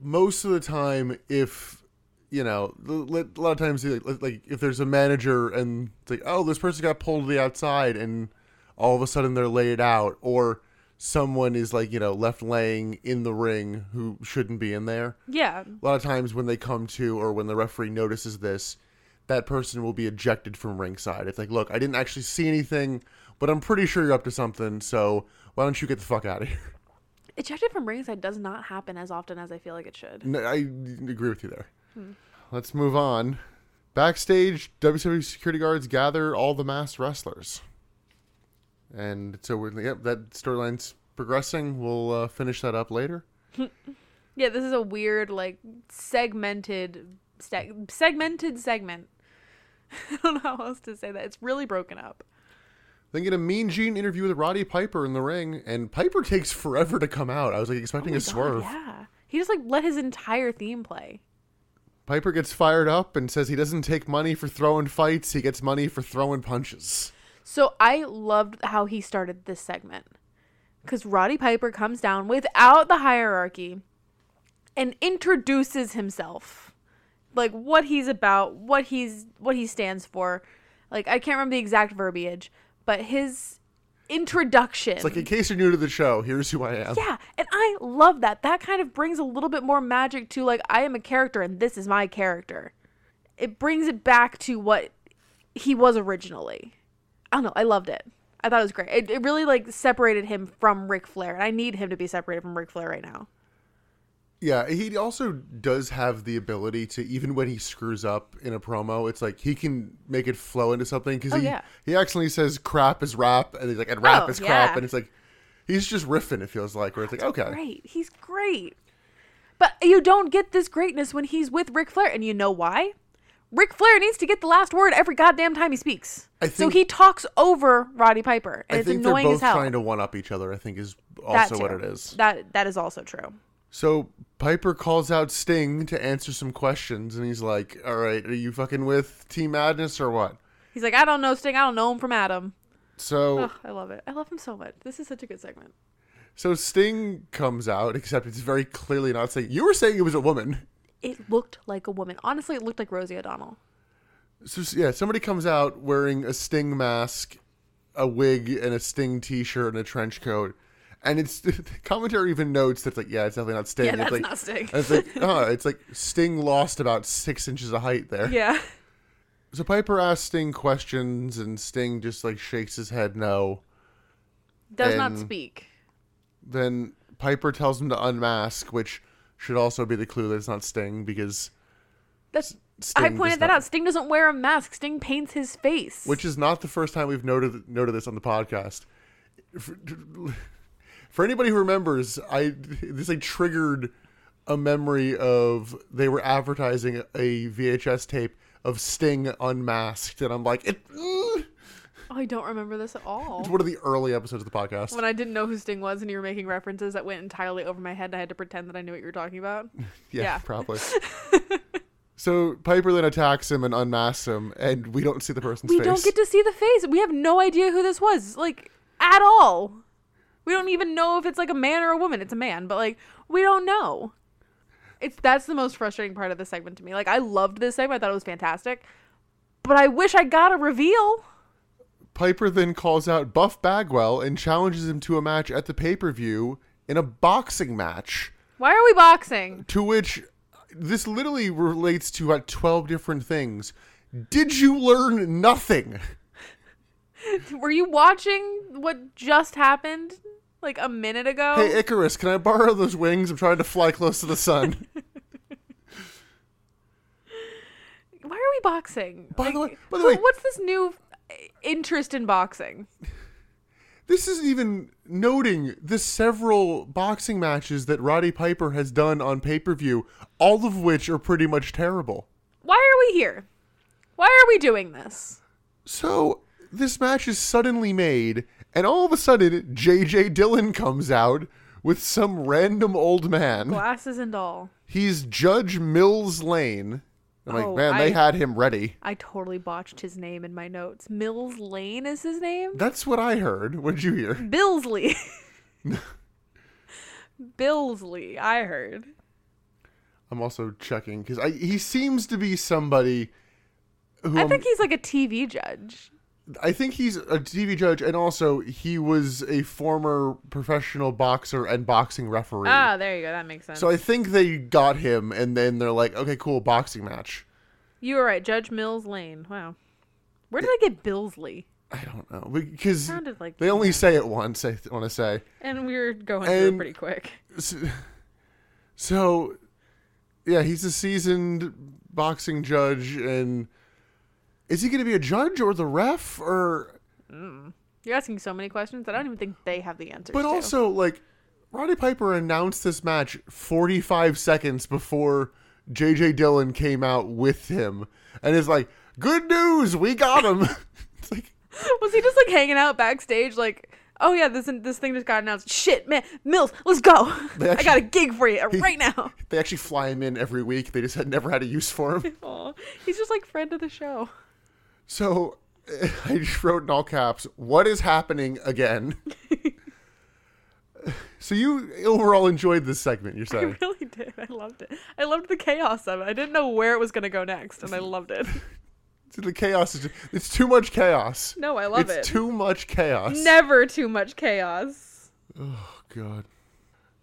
[SPEAKER 1] Most of the time, if you know, l- l- a lot of times, like, like if there's a manager and it's like, oh, this person got pulled to the outside, and all of a sudden they're laid out, or someone is like, you know, left laying in the ring who shouldn't be in there.
[SPEAKER 2] yeah,
[SPEAKER 1] A lot of times when they come to, or when the referee notices this, that person will be ejected from ringside. It's like, look, I didn't actually see anything, but I'm pretty sure you're up to something, so why don't you get the fuck out of here?
[SPEAKER 2] ejected from ringside does not happen as often as I feel like it should.
[SPEAKER 1] No, I agree with you there. Hmm. Let's move on. Backstage, WWE security guards gather all the masked wrestlers. And so we're, yep, that storyline's progressing. We'll uh, finish that up later.
[SPEAKER 2] Yeah, this is a weird, like segmented, seg- segmented segment. I don't know how else to say that. It's really broken up.
[SPEAKER 1] Then get a Mean Gene interview with Roddy Piper in the ring, and Piper takes forever to come out. I was like expecting a swerve.
[SPEAKER 2] Oh yeah, he just like let his entire theme play.
[SPEAKER 1] Piper gets fired up and says he doesn't take money for throwing fights, he gets money for throwing punches.
[SPEAKER 2] So I loved how he started this segment because Roddy Piper comes down without the hierarchy and introduces himself, like what he's about, what he's what he stands for. Like I can't remember the exact verbiage, but his introduction.
[SPEAKER 1] It's like, in case you're new to the show, here's who I am.
[SPEAKER 2] Mm. Yeah, and I love that. That kind of brings a little bit more magic to like I am a character and this is my character. It brings it back to what he was originally. I don't know. I loved it. I thought it was great. It, it really like separated him from Ric Flair, and I need him to be separated from Ric Flair right now.
[SPEAKER 1] Yeah, he also does have the ability to, even when he screws up in a promo, it's like he can make it flow into something because
[SPEAKER 2] Oh,
[SPEAKER 1] he,
[SPEAKER 2] yeah.
[SPEAKER 1] he accidentally says crap is rap, and he's like, and rap
[SPEAKER 2] Oh,
[SPEAKER 1] is crap,
[SPEAKER 2] yeah.
[SPEAKER 1] and it's like, he's just riffing, it feels like, where it's like, okay.
[SPEAKER 2] Great. He's great. But you don't get this greatness when he's with Ric Flair, and you know why? Ric Flair needs to get the last word every goddamn time he speaks.
[SPEAKER 1] I
[SPEAKER 2] so
[SPEAKER 1] think-
[SPEAKER 2] he talks over Roddy Piper, and
[SPEAKER 1] I
[SPEAKER 2] it's
[SPEAKER 1] think they're
[SPEAKER 2] annoying
[SPEAKER 1] both
[SPEAKER 2] as hell.
[SPEAKER 1] trying to one up each other, I think, is
[SPEAKER 2] That
[SPEAKER 1] also what
[SPEAKER 2] too.
[SPEAKER 1] it is.
[SPEAKER 2] That that is also true.
[SPEAKER 1] So Piper calls out Sting to answer some questions, and he's like, "All right, are you fucking with Team Madness or what?"
[SPEAKER 2] He's like, I don't know Sting. I don't know him from Adam.
[SPEAKER 1] So
[SPEAKER 2] Ugh, I love it. I love him so much. This is such a good segment.
[SPEAKER 1] so Sting comes out, except it's very clearly not saying. You were saying it was a woman.
[SPEAKER 2] It looked like a woman. Honestly, it looked like Rosie O'Donnell.
[SPEAKER 1] So yeah, somebody comes out wearing a Sting mask, a wig, and a Sting T-shirt and a trench coat, and it's the commentary even notes that's like, yeah, it's definitely not Sting.
[SPEAKER 2] Yeah,
[SPEAKER 1] it's
[SPEAKER 2] that's
[SPEAKER 1] like,
[SPEAKER 2] not Sting.
[SPEAKER 1] and it's like, oh, it's like Sting lost about six inches of height there.
[SPEAKER 2] Yeah.
[SPEAKER 1] So Piper asks Sting questions, and Sting just like shakes his head no.
[SPEAKER 2] Does not
[SPEAKER 1] And-
[SPEAKER 2] speak.
[SPEAKER 1] Then Piper tells him to unmask, which should also be the clue that it's not Sting because
[SPEAKER 2] That's
[SPEAKER 1] Sting
[SPEAKER 2] I
[SPEAKER 1] does
[SPEAKER 2] pointed that
[SPEAKER 1] not-
[SPEAKER 2] out. Sting doesn't wear a mask. Sting paints his face.
[SPEAKER 1] which is not the first time we've noted noted this on the podcast. For, for anybody who remembers, I this like triggered a memory of they were advertising a VHS tape of Sting unmasked, and I'm like, it, mm.
[SPEAKER 2] oh, I don't remember this at all.
[SPEAKER 1] it's one of the early episodes of the podcast.
[SPEAKER 2] When I didn't know who Sting was and you were making references that went entirely over my head, and I had to pretend that I knew what you were talking about.
[SPEAKER 1] Yeah,
[SPEAKER 2] Yeah.
[SPEAKER 1] probably. so Piper then attacks him and unmasks him, and we don't see the person's
[SPEAKER 2] we
[SPEAKER 1] face.
[SPEAKER 2] don't get to see the face. We have no idea who this was, like at all. We don't even know if it's like a man or a woman. It's a man, but like we don't know. It's that's the most frustrating part of the segment to me. Like I loved this segment. I thought it was fantastic. But I wish I got a reveal.
[SPEAKER 1] Piper then calls out Buff Bagwell and challenges him to a match at the pay per view in a boxing match.
[SPEAKER 2] Why are we boxing?
[SPEAKER 1] To which this literally relates to about twelve different things. Did you learn nothing?
[SPEAKER 2] Were you watching what just happened? like a minute ago.
[SPEAKER 1] Hey, Icarus, can I borrow those wings? I'm trying to fly close to the sun.
[SPEAKER 2] Why are we boxing?
[SPEAKER 1] By the way- by the
[SPEAKER 2] who-
[SPEAKER 1] way-
[SPEAKER 2] what's this new uh, interest in boxing?
[SPEAKER 1] this isn't even noting the several boxing matches that Roddy Piper has done on pay per view, all of which are pretty much terrible.
[SPEAKER 2] Why are we here? Why are we doing this?
[SPEAKER 1] So this match is suddenly made, and all of a sudden, JJ Dillon comes out with some random old man.
[SPEAKER 2] Glasses and all.
[SPEAKER 1] He's Judge Mills Lane. I'm
[SPEAKER 2] Oh,
[SPEAKER 1] like, man, they
[SPEAKER 2] I-
[SPEAKER 1] had him ready.
[SPEAKER 2] I totally botched his name in my notes. Mills Lane is his name?
[SPEAKER 1] That's what I heard. What'd you hear?
[SPEAKER 2] Billsley. Billsley, I heard.
[SPEAKER 1] I'm also checking because he seems to be somebody who
[SPEAKER 2] I
[SPEAKER 1] I'm-
[SPEAKER 2] think he's like a TV judge.
[SPEAKER 1] I think he's a TV judge, and also he was a former professional boxer and boxing referee.
[SPEAKER 2] Ah, there you go. That makes sense.
[SPEAKER 1] So I think they got him, and then they're like, okay, cool, boxing match.
[SPEAKER 2] you were right. Judge Mills Lane. Wow. Where did I get Billsley?
[SPEAKER 1] I don't know because
[SPEAKER 2] Sounded like
[SPEAKER 1] they only say it once. I want to say
[SPEAKER 2] And we were going through it
[SPEAKER 1] And-
[SPEAKER 2] pretty quick.
[SPEAKER 1] so, so. Yeah, he's a seasoned boxing judge, and is he going to be a judge or the ref or?
[SPEAKER 2] You're asking so many questions. I don't even think they have the answers.
[SPEAKER 1] But
[SPEAKER 2] to.
[SPEAKER 1] also, like, Roddy Piper announced this match 45 seconds before J.J. Dillon came out with him. And it's like, good news, we got him. it's like,
[SPEAKER 2] was he just like hanging out backstage, like, oh yeah, this this thing just got announced. Shit, man, Mills, let's go.
[SPEAKER 1] They
[SPEAKER 2] I
[SPEAKER 1] actually-
[SPEAKER 2] got a gig for you right now.
[SPEAKER 1] they actually fly him in every week. They just had never had a use for him.
[SPEAKER 2] Aw, he's just like friend of the show.
[SPEAKER 1] So I just wrote in all caps, what is happening again? so you overall enjoyed this segment, you're
[SPEAKER 2] I
[SPEAKER 1] saying?
[SPEAKER 2] really did. I loved it. I loved the chaos of it. I didn't know where it was gonna go next, and I loved it.
[SPEAKER 1] The chaos is it's too much chaos.
[SPEAKER 2] No, I love
[SPEAKER 1] it's
[SPEAKER 2] it.
[SPEAKER 1] too much chaos.
[SPEAKER 2] Never too much chaos.
[SPEAKER 1] God.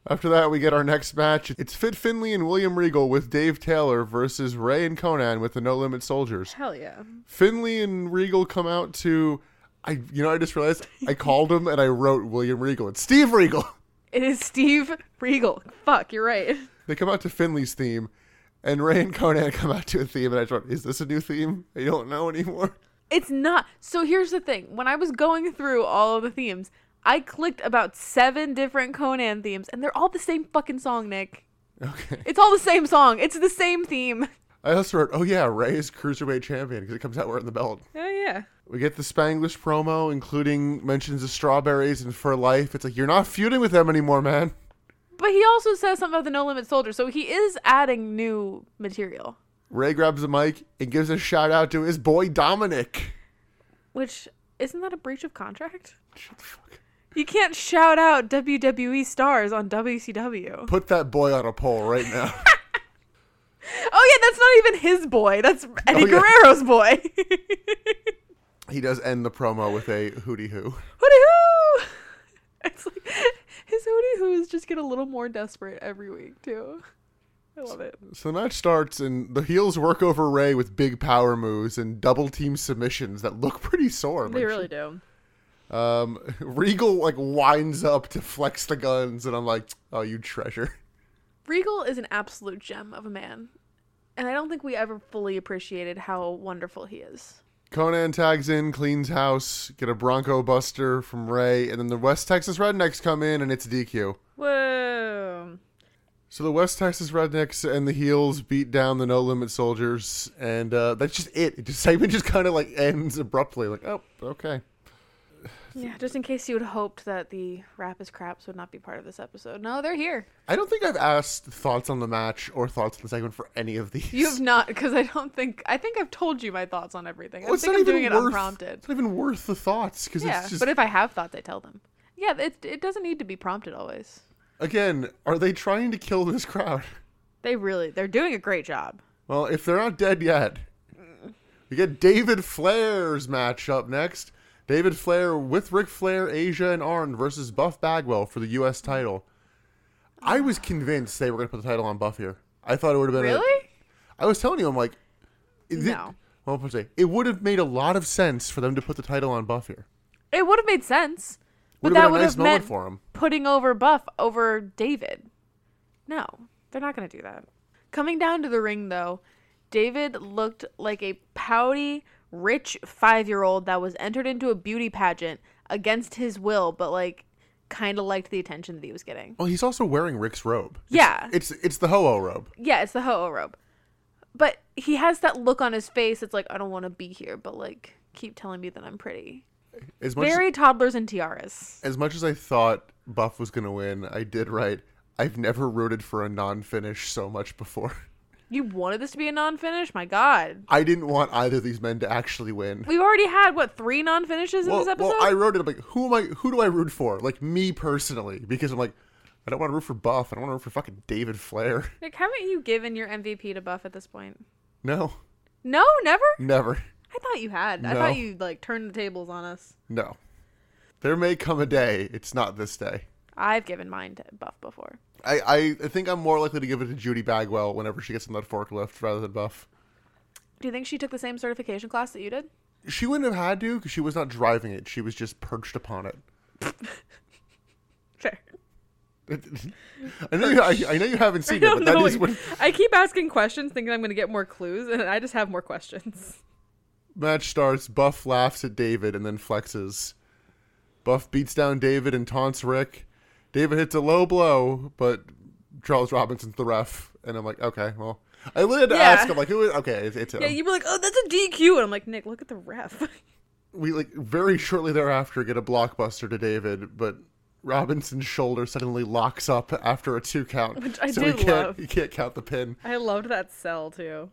[SPEAKER 1] After that, we get our next match. It's Fit Finley and William Regal with Dave Taylor versus Ray and Conan with the No Limit Soldiers.
[SPEAKER 2] Hell yeah.
[SPEAKER 1] Finley and Regal come out to, I you know I just realized I called him and I wrote William Regal. It's Steve Regal.
[SPEAKER 2] It is Steve Regal. Fuck, you're right.
[SPEAKER 1] They come out to Finley's theme, and Ray and Conan come out to a theme, and I thought, is this a new theme? I don't know anymore.
[SPEAKER 2] It's not. So here's the thing. When I was going through all of the themes, I clicked about seven different Conan themes, and they're all the same fucking song, Nick.
[SPEAKER 1] Okay.
[SPEAKER 2] It's all the same song. It's the same theme.
[SPEAKER 1] I also wrote, oh yeah, Ray is cruiserweight champion because it comes out wearing the belt.
[SPEAKER 2] Oh yeah.
[SPEAKER 1] We get the Spanglish promo, including mentions of strawberries and for life. It's like you're not feuding with them anymore, man.
[SPEAKER 2] But he also says something about the No Limit Soldier, so he is adding new material.
[SPEAKER 1] Ray grabs the mic and gives a shout out to his boy Dominic.
[SPEAKER 2] Which isn't that a breach of contract?
[SPEAKER 1] Shut the fuck.
[SPEAKER 2] You can't shout out WWE stars on WCW.
[SPEAKER 1] Put that boy on a pole right now.
[SPEAKER 2] Oh yeah, that's not even his boy. That's Eddie
[SPEAKER 1] yeah.
[SPEAKER 2] Guerrero's boy.
[SPEAKER 1] he does end the promo with a hootie hoo.
[SPEAKER 2] hooty hoo! It's like his hooty hoos just get a little more desperate every week too. I love it.
[SPEAKER 1] So the match starts and the heels work over Ray with big power moves and double team submissions that look pretty sore. but-
[SPEAKER 2] do.
[SPEAKER 1] Um, Regal like winds up to flex the guns, and I'm like, oh, you treasure.
[SPEAKER 2] Regal is an absolute gem of a man, and I don't think we ever fully appreciated how wonderful he is.
[SPEAKER 1] Conan tags in, cleans house, get a Bronco Buster from Ray, and then the West Texas Rednecks come in, and it's DQ.
[SPEAKER 2] Whoa.
[SPEAKER 1] So the West Texas Rednecks and the Heels beat down the No Limit Soldiers, and uh, that's just it. It just segment just kind of like ends abruptly. Like, oh, okay.
[SPEAKER 2] Yeah, just in case you had hoped that the rap is craps would not be part of this episode. No, they're here.
[SPEAKER 1] I don't think I've asked thoughts on the match or thoughts on the segment for any of these.
[SPEAKER 2] You have not, because I don't think I think I've told you my thoughts on everything.
[SPEAKER 1] Well,
[SPEAKER 2] I think I'm doing it
[SPEAKER 1] worth,
[SPEAKER 2] unprompted.
[SPEAKER 1] It's not even worth the thoughts because
[SPEAKER 2] Yeah,
[SPEAKER 1] it's just
[SPEAKER 2] but if I have thoughts, I tell them. Yeah, it it doesn't need to be prompted always.
[SPEAKER 1] again, are they trying to kill this crowd?
[SPEAKER 2] They really they're doing a great job.
[SPEAKER 1] Well, if they're not dead yet, we get David Flair's match up next. David Flair with Ric Flair, Asia, and Arn versus Buff Bagwell for the U.S. title. I was convinced they were going to put the title on Buff here. I thought it would have been. a-
[SPEAKER 2] Really?
[SPEAKER 1] I was telling you, I'm like, is it-
[SPEAKER 2] No.
[SPEAKER 1] well, I'm supposed to say, it would have made a lot of sense for them to put the title on Buff here.
[SPEAKER 2] It would have made sense.
[SPEAKER 1] Would
[SPEAKER 2] that
[SPEAKER 1] have been
[SPEAKER 2] would
[SPEAKER 1] a nice
[SPEAKER 2] have
[SPEAKER 1] moment
[SPEAKER 2] meant-
[SPEAKER 1] for him.
[SPEAKER 2] putting over Buff over David. No, they're not going to do that. Coming down to the ring, though, David looked like a pouty, rich five year old that was entered into a beauty pageant against his will, but like kind of liked the attention that he was getting.
[SPEAKER 1] Well, Oh, he's also wearing Rick's robe. It's-
[SPEAKER 2] Yeah.
[SPEAKER 1] It's it's, the ho-oh robe.
[SPEAKER 2] Yeah, it's the ho oh robe. But he has that look on his face. It's like, I don't want to be here, but like, keep telling me that I'm pretty.
[SPEAKER 1] As much
[SPEAKER 2] Very toddlers and tiaras.
[SPEAKER 1] as, as much as I thought Buff was going to win, I did write I've never rooted for a non-finish so much before.
[SPEAKER 2] You wanted this to be a non finish? My God.
[SPEAKER 1] I didn't want either of these men to actually win.
[SPEAKER 2] We've already had what three non finishes in
[SPEAKER 1] well,
[SPEAKER 2] this episode?
[SPEAKER 1] well, I wrote it I'm like who am I who do I root for? Like me personally because I'm like I don't want to root for Buff. I don't want to root for fucking David Flair.
[SPEAKER 2] Nick, haven't you given your MVP to Buff at this point?
[SPEAKER 1] No.
[SPEAKER 2] No, never.
[SPEAKER 1] Never.
[SPEAKER 2] I thought you had. I
[SPEAKER 1] No.
[SPEAKER 2] thought you like turned the tables on us.
[SPEAKER 1] No. There may come a day. It's not this day.
[SPEAKER 2] I've given mine to Buff before.
[SPEAKER 1] I, I, I think I'm more likely to give it to Judy Bagwell whenever she gets on that forklift rather than Buff.
[SPEAKER 2] Do you think she took the same certification class that you did?
[SPEAKER 1] She wouldn't have had to because she was not driving it. She was just perched upon it.
[SPEAKER 2] Fair.
[SPEAKER 1] I know you, I, I know you haven't seen it, but that is what
[SPEAKER 2] I keep asking questions, thinking I'm going to get more clues, and I just have more questions.
[SPEAKER 1] match starts. Buff laughs at David and then flexes. Buff beats down David and taunts Rick. David hits a low blow, but Charles Robinson's the ref, and I'm like, okay, well, I literally had to
[SPEAKER 2] Yeah.
[SPEAKER 1] ask. I'm like, who is? Okay, it's, it's him.
[SPEAKER 2] Yeah, you were like, "Oh, that's a DQ," and I'm like, "Nick, look at the ref."
[SPEAKER 1] we like very shortly thereafter get a blockbuster to David, but Robinson's shoulder suddenly locks up after a two count,
[SPEAKER 2] Which I
[SPEAKER 1] so
[SPEAKER 2] do
[SPEAKER 1] he can't
[SPEAKER 2] love.
[SPEAKER 1] he can't count the pin.
[SPEAKER 2] I loved that cell too.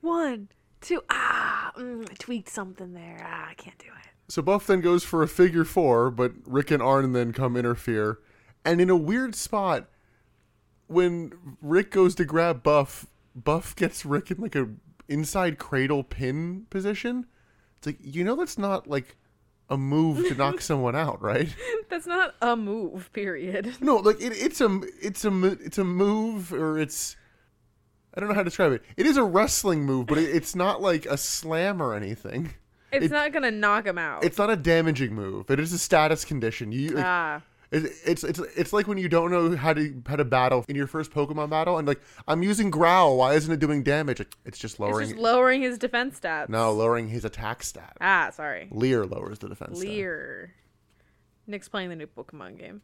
[SPEAKER 2] One, two, ah, mm, I tweaked something there. Ah, I can't do it.
[SPEAKER 1] So Buff then goes for a figure four, but Rick and Arn then come interfere, and in a weird spot, when Rick goes to grab Buff, Buff gets Rick in like a inside cradle pin position. It's like you know that's not like a move to knock someone out, right?
[SPEAKER 2] That's not a move, period.
[SPEAKER 1] No, like it, it's a it's a mo- it's a move or it's I don't know how to describe it. It is a wrestling move, but it, it's not like a slam or anything.
[SPEAKER 2] It's
[SPEAKER 1] It-
[SPEAKER 2] not gonna knock him out.
[SPEAKER 1] It's not a damaging move. It is a status condition. You like,
[SPEAKER 2] ah,
[SPEAKER 1] it, it's it's it's like when you don't know how to how to battle in your first Pokemon battle and like I'm using growl. Why isn't it doing damage? Like, it's just
[SPEAKER 2] it's
[SPEAKER 1] lowering.
[SPEAKER 2] just lowering his defense stats.
[SPEAKER 1] no, lowering his attack stat.
[SPEAKER 2] Ah, sorry.
[SPEAKER 1] Leer lowers the defense. stat.
[SPEAKER 2] Leer. Nick's playing the new Pokemon game.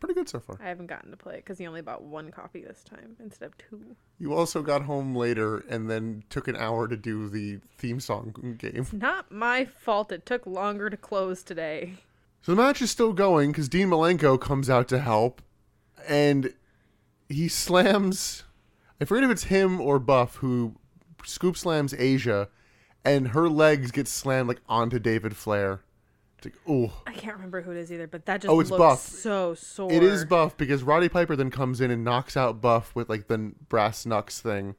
[SPEAKER 1] Pretty good so far.
[SPEAKER 2] I haven't gotten to play it because he only bought one copy this time instead of two.
[SPEAKER 1] You also got home later and then took an hour to do the theme song game.
[SPEAKER 2] Not my fault. It took longer to close today.
[SPEAKER 1] So the match is still going because Dean Malenko comes out to help, and he slams. I forget if it's him or Buff who scoop slams Asia, and her legs get slammed like onto David Flair. It's like, ooh,
[SPEAKER 2] I can't remember who it is either, but that just
[SPEAKER 1] Oh, it's
[SPEAKER 2] looks
[SPEAKER 1] Buff.
[SPEAKER 2] so sore.
[SPEAKER 1] it is Buff because Roddy Piper then comes in and knocks out Buff with like the n- brass knucks thing,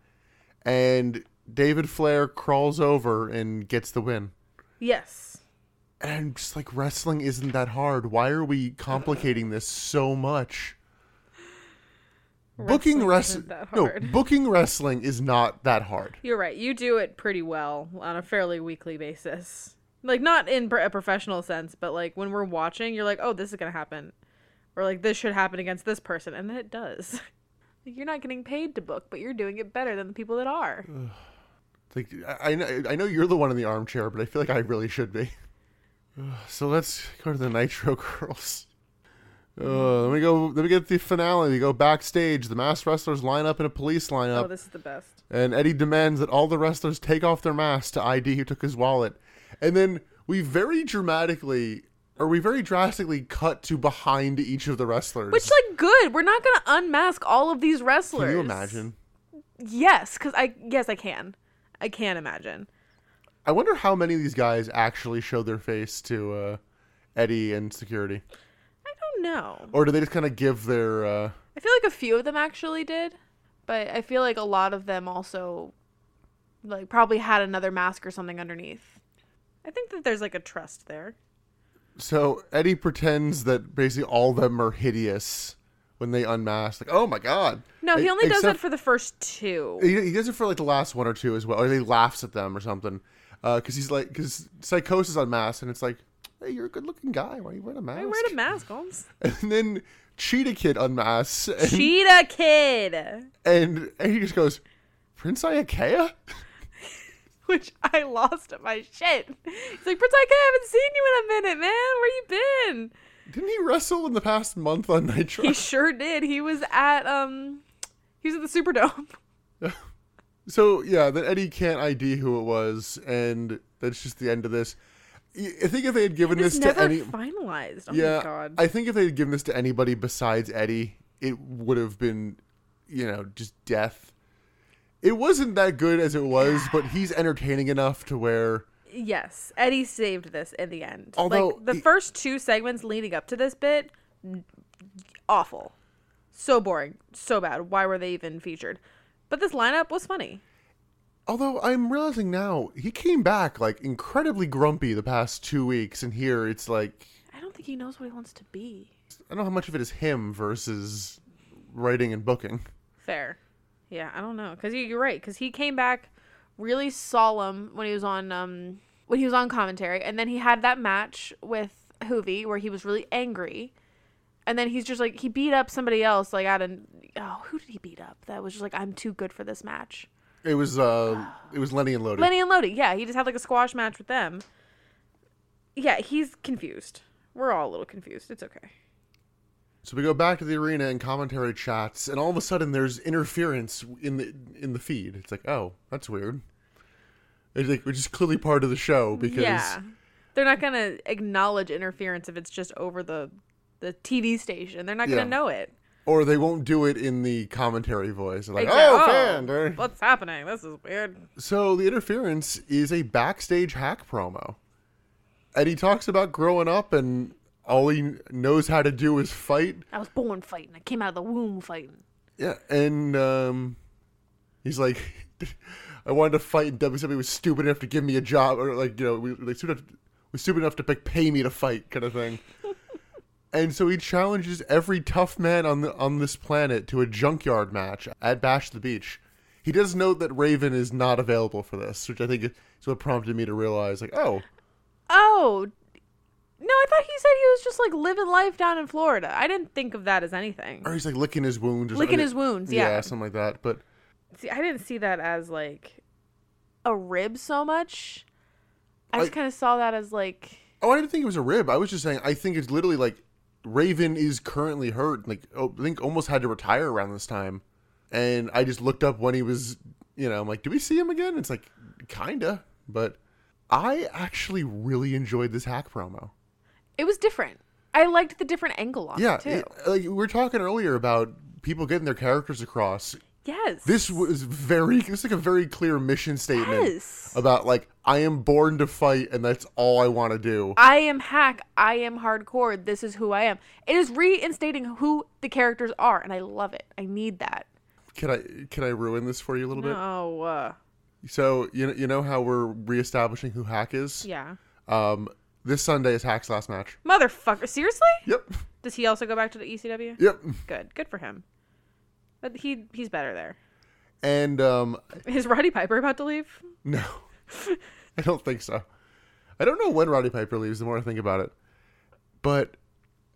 [SPEAKER 1] and David Flair crawls over and gets the win.
[SPEAKER 2] Yes.
[SPEAKER 1] And I'm just like, wrestling isn't that hard. Why are we complicating this so much? booking
[SPEAKER 2] Wrestling
[SPEAKER 1] wrestling,
[SPEAKER 2] isn't that
[SPEAKER 1] no,
[SPEAKER 2] hard.
[SPEAKER 1] booking wrestling is not that hard.
[SPEAKER 2] You're right. You do it pretty well on a fairly weekly basis. Like not in pro- a professional sense, but like when we're watching, you're like, "Oh, this is going to happen." Or like this should happen against this person, and then it does. Like, you're not getting paid to book, but you're doing it better than the people that are.
[SPEAKER 1] It's Like, I, I know, I know you're the one in the armchair, but I feel like I really should be. Ugh, So let's go to the Nitro girls. Uh, let me go. Let me get the finale. We go backstage. The masked wrestlers line up in a police lineup.
[SPEAKER 2] Oh, this is the best.
[SPEAKER 1] And Eddie demands that all the wrestlers take off their masks to ID who took his wallet. And then we very dramatically, or we very drastically cut to behind each of the wrestlers.
[SPEAKER 2] Which like good. We're not going to unmask all of these wrestlers.
[SPEAKER 1] Can you imagine?
[SPEAKER 2] Yes, cuz I yes, I can. I can imagine.
[SPEAKER 1] I wonder how many of these guys actually show their face to uh, Eddie and security.
[SPEAKER 2] I don't know.
[SPEAKER 1] Or do they just kind of give their. Uh...
[SPEAKER 2] I feel like a few of them actually did, but I feel like a lot of them also like probably had another mask or something underneath. I think that there's like a trust there.
[SPEAKER 1] So Eddie pretends that basically all of them are hideous when they unmask. Like, oh my God.
[SPEAKER 2] No, he
[SPEAKER 1] E-
[SPEAKER 2] only does
[SPEAKER 1] except E-
[SPEAKER 2] that for the first two.
[SPEAKER 1] he, he does it for like the last one or Uh, two as well, or he laughs at them or something, because he's like, because psychosis on mass, and it's like, hey, you're a good looking guy. Why are you wearing a mask?
[SPEAKER 2] I wear a mask, Holmes.
[SPEAKER 1] and then Cheetah Kid unmasks and,
[SPEAKER 2] Cheetah Kid,
[SPEAKER 1] and, and he just goes, Prince Iakea?
[SPEAKER 2] which I lost my shit. He's like, Prince Ike, I haven't seen you in a minute, man. Where you been?
[SPEAKER 1] Didn't he wrestle in the past month on Nitro?
[SPEAKER 2] He sure did. He was at um, he was at the Superdome.
[SPEAKER 1] So yeah, that Eddie can't ID who it was, and that's just the end of this. Y- I think if they had given
[SPEAKER 2] It's
[SPEAKER 1] this to
[SPEAKER 2] never
[SPEAKER 1] any,
[SPEAKER 2] finalized. Oh
[SPEAKER 1] yeah,
[SPEAKER 2] my god.
[SPEAKER 1] I think if they had given this to anybody besides Eddie, it would have been, you know, just death. It wasn't that good as it was, but he's entertaining enough to where
[SPEAKER 2] Yes, Eddie saved this in the end.
[SPEAKER 1] Although
[SPEAKER 2] like the
[SPEAKER 1] he-
[SPEAKER 2] first two segments leading up to this bit, n- awful, so boring, so bad. Why were they even featured? But this lineup was funny.
[SPEAKER 1] Although I'm realizing now, he came back like incredibly grumpy the past two weeks, and here it's like
[SPEAKER 2] I don't think he knows what he wants to be.
[SPEAKER 1] I don't know how much of it is him versus writing and booking.
[SPEAKER 2] Fair. Yeah, I don't know. Cause you- you're right. Cause he came back really solemn when he was on um when he was on commentary, and then he had that match with Hoovy where he was really angry, and then he's just like he beat up somebody else like out of oh who did he beat up? That was just like I'm too good for this match.
[SPEAKER 1] It was uh, it was Lenny and Lodi.
[SPEAKER 2] Lenny and Lodi. Yeah, he just had like a squash match with them. Yeah, he's confused. We're all a little confused. It's okay.
[SPEAKER 1] So we go back to the arena and commentary chats, and all of a sudden there's interference in the in the feed. It's like, oh, that's weird. It's like which is clearly part of the show because
[SPEAKER 2] yeah, they're not gonna acknowledge interference if it's just over the the TV station. They're not gonna
[SPEAKER 1] Yeah.
[SPEAKER 2] know it.
[SPEAKER 1] or they won't do it in the commentary voice. They're like,
[SPEAKER 2] Exact-
[SPEAKER 1] oh,
[SPEAKER 2] oh,
[SPEAKER 1] fan. eh?"
[SPEAKER 2] What's happening? This is weird.
[SPEAKER 1] So the interference is a backstage hack promo, and he talks about growing up and all he knows how to do is fight.
[SPEAKER 2] I was born fighting. I came out of the womb fighting.
[SPEAKER 1] Yeah, and um, he's like, I wanted to fight, and WWE was stupid enough to give me a job, or like you know, we like stupid enough, was stupid enough to like, pay me to fight, kind of thing. and so he challenges every tough man on the on this planet to a junkyard match at Bash the Beach. He does note that Raven is not available for this, which I think is what prompted me to realize, like, oh,
[SPEAKER 2] Oh. No, I thought he said he was just like living life down in Florida. I didn't think of that as anything.
[SPEAKER 1] or he's like licking his wounds, or
[SPEAKER 2] Licking
[SPEAKER 1] something.
[SPEAKER 2] his wounds, yeah.
[SPEAKER 1] yeah, something like that. But
[SPEAKER 2] See, I didn't see that as like a rib so much. I just
[SPEAKER 1] I-
[SPEAKER 2] kind of saw that as like
[SPEAKER 1] Oh, I didn't think it was a rib. I was just saying. I think it's literally like Raven is currently hurt. Like oh, I think almost had to retire around this time, and I just looked up when he was. You know, I'm like, do we see him again? It's like, kinda, but I actually really enjoyed this hack promo.
[SPEAKER 2] it was different. I liked the different angle on
[SPEAKER 1] Yeah,
[SPEAKER 2] it too.
[SPEAKER 1] it- like we were talking earlier about people getting their characters across.
[SPEAKER 2] yes.
[SPEAKER 1] This was very. This is like a very clear mission statement
[SPEAKER 2] Yes.
[SPEAKER 1] about like I am born to fight, and that's all I want to do.
[SPEAKER 2] I am hack. I am hardcore. This is who I am. It is reinstating who the characters are, and I love it. I need that.
[SPEAKER 1] Can I can I ruin this for you a little bit?
[SPEAKER 2] Oh, uh,
[SPEAKER 1] So you know, you know how we're reestablishing who Hack is.
[SPEAKER 2] yeah.
[SPEAKER 1] Um, this Sunday is Hack's last match.
[SPEAKER 2] Motherfucker. Seriously?
[SPEAKER 1] Yep.
[SPEAKER 2] Does he also go back to the ECW?
[SPEAKER 1] Yep.
[SPEAKER 2] Good. Good for him. But he he's better there.
[SPEAKER 1] And um,
[SPEAKER 2] Is Roddy Piper about to leave?
[SPEAKER 1] no, I don't think so. I don't know when Roddy Piper leaves. The more I think about it, but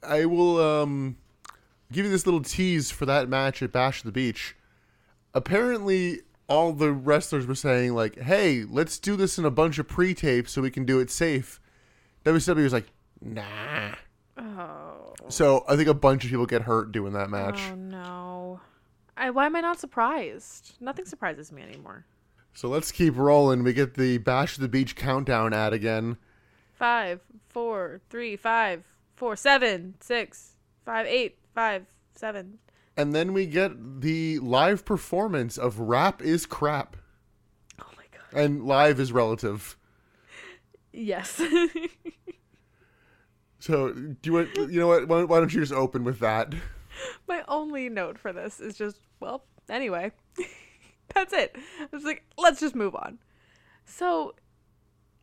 [SPEAKER 1] I will um give you this little tease for that match at Bash the Beach. Apparently, all the wrestlers were saying like, "Hey, let's do this in a bunch of pre-tapes so we can do it safe." WCW was like, "Nah."
[SPEAKER 2] Oh.
[SPEAKER 1] So I think a bunch of people get hurt doing that match.
[SPEAKER 2] Oh no. I, why am I not surprised? Nothing surprises me anymore.
[SPEAKER 1] So let's keep rolling. We get the Bash of the Beach countdown ad again.
[SPEAKER 2] Five, four, three, five, four, seven, six, five, eight, five, seven.
[SPEAKER 1] And then we get the live performance of Rap is Crap.
[SPEAKER 2] Oh my god.
[SPEAKER 1] And live is relative.
[SPEAKER 2] Yes.
[SPEAKER 1] So do you want, you know what? Why why don't you just open with that?
[SPEAKER 2] my only note for this is just, well, anyway. That's it. I was like, let's just move on. So,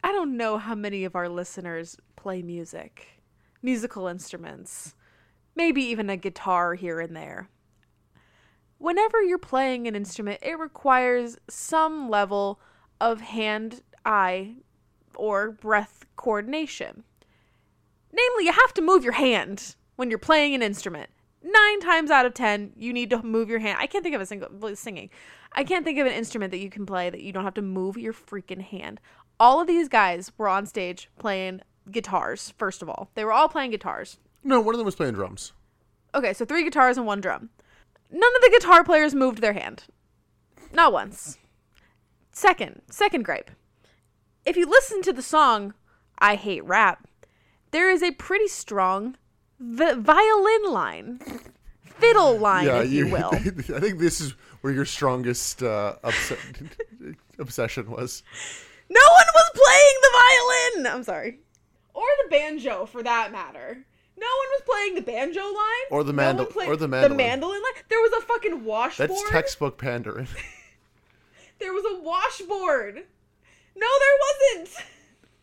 [SPEAKER 2] I don't know how many of our listeners play music, musical instruments, maybe even a guitar here and there. Whenever you're playing an instrument, it requires some level of hand, eye, or breath coordination. Namely, you have to move your hand when you're playing an instrument. Nine times out of ten, you need to move your hand. I can't think of a single well, singing. I can't think of an instrument that you can play that you don't have to move your freaking hand. All of these guys were on stage playing guitars. First of all, they were all playing guitars.
[SPEAKER 1] No, one of them was playing drums.
[SPEAKER 2] Okay, so three guitars and one drum. None of the guitar players moved their hand. Not once. Second, second gripe. If you listen to the song I Hate Rap, there is a pretty strong vi- violin line, fiddle line, if you, will.
[SPEAKER 1] I think this is where your strongest uh, obs- obsession was.
[SPEAKER 2] No one was playing the violin! I'm sorry. Or the banjo, for that matter. No one was playing the banjo line.
[SPEAKER 1] Or the
[SPEAKER 2] No one
[SPEAKER 1] mandol-
[SPEAKER 2] played-
[SPEAKER 1] or the mandolin.
[SPEAKER 2] The mandolin line. There was a fucking washboard.
[SPEAKER 1] That's textbook pandering.
[SPEAKER 2] There was a washboard. No, there wasn't.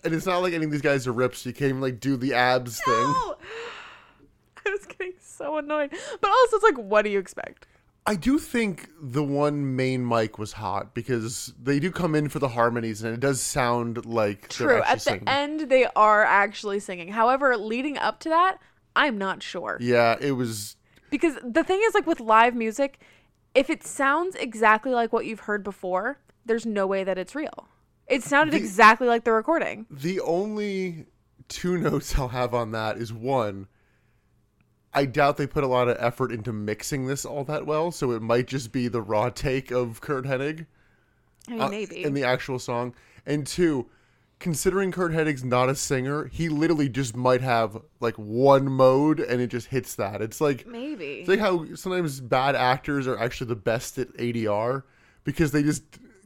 [SPEAKER 1] And it's not like any of these guys are rips. You can't even like do the abs thing.
[SPEAKER 2] No. I was getting so annoyed. But also, it's like, what do you expect?
[SPEAKER 1] I do think the one main mic was hot because they do come in for the harmonies and it does sound like they're
[SPEAKER 2] True.
[SPEAKER 1] actually
[SPEAKER 2] At the
[SPEAKER 1] singing.
[SPEAKER 2] end, they are actually singing. However, leading up to that, I'm not sure.
[SPEAKER 1] Yeah, it was.
[SPEAKER 2] Because the thing is, like, with live music, if it sounds exactly like what you've heard before, there's no way that it's real. It sounded
[SPEAKER 1] The-
[SPEAKER 2] exactly like the recording.
[SPEAKER 1] The only two notes I'll have on that is one. I doubt they put a lot of effort into mixing this all that well, so it might just be the raw take of Kurt Hennig.
[SPEAKER 2] I mean,
[SPEAKER 1] uh,
[SPEAKER 2] maybe.
[SPEAKER 1] in the actual song. And two, considering Kurt Hennig's not a singer, he literally just might have like one mode and it just hits that. It's like
[SPEAKER 2] maybe.
[SPEAKER 1] it's like how sometimes bad actors are actually the best at ADR because they just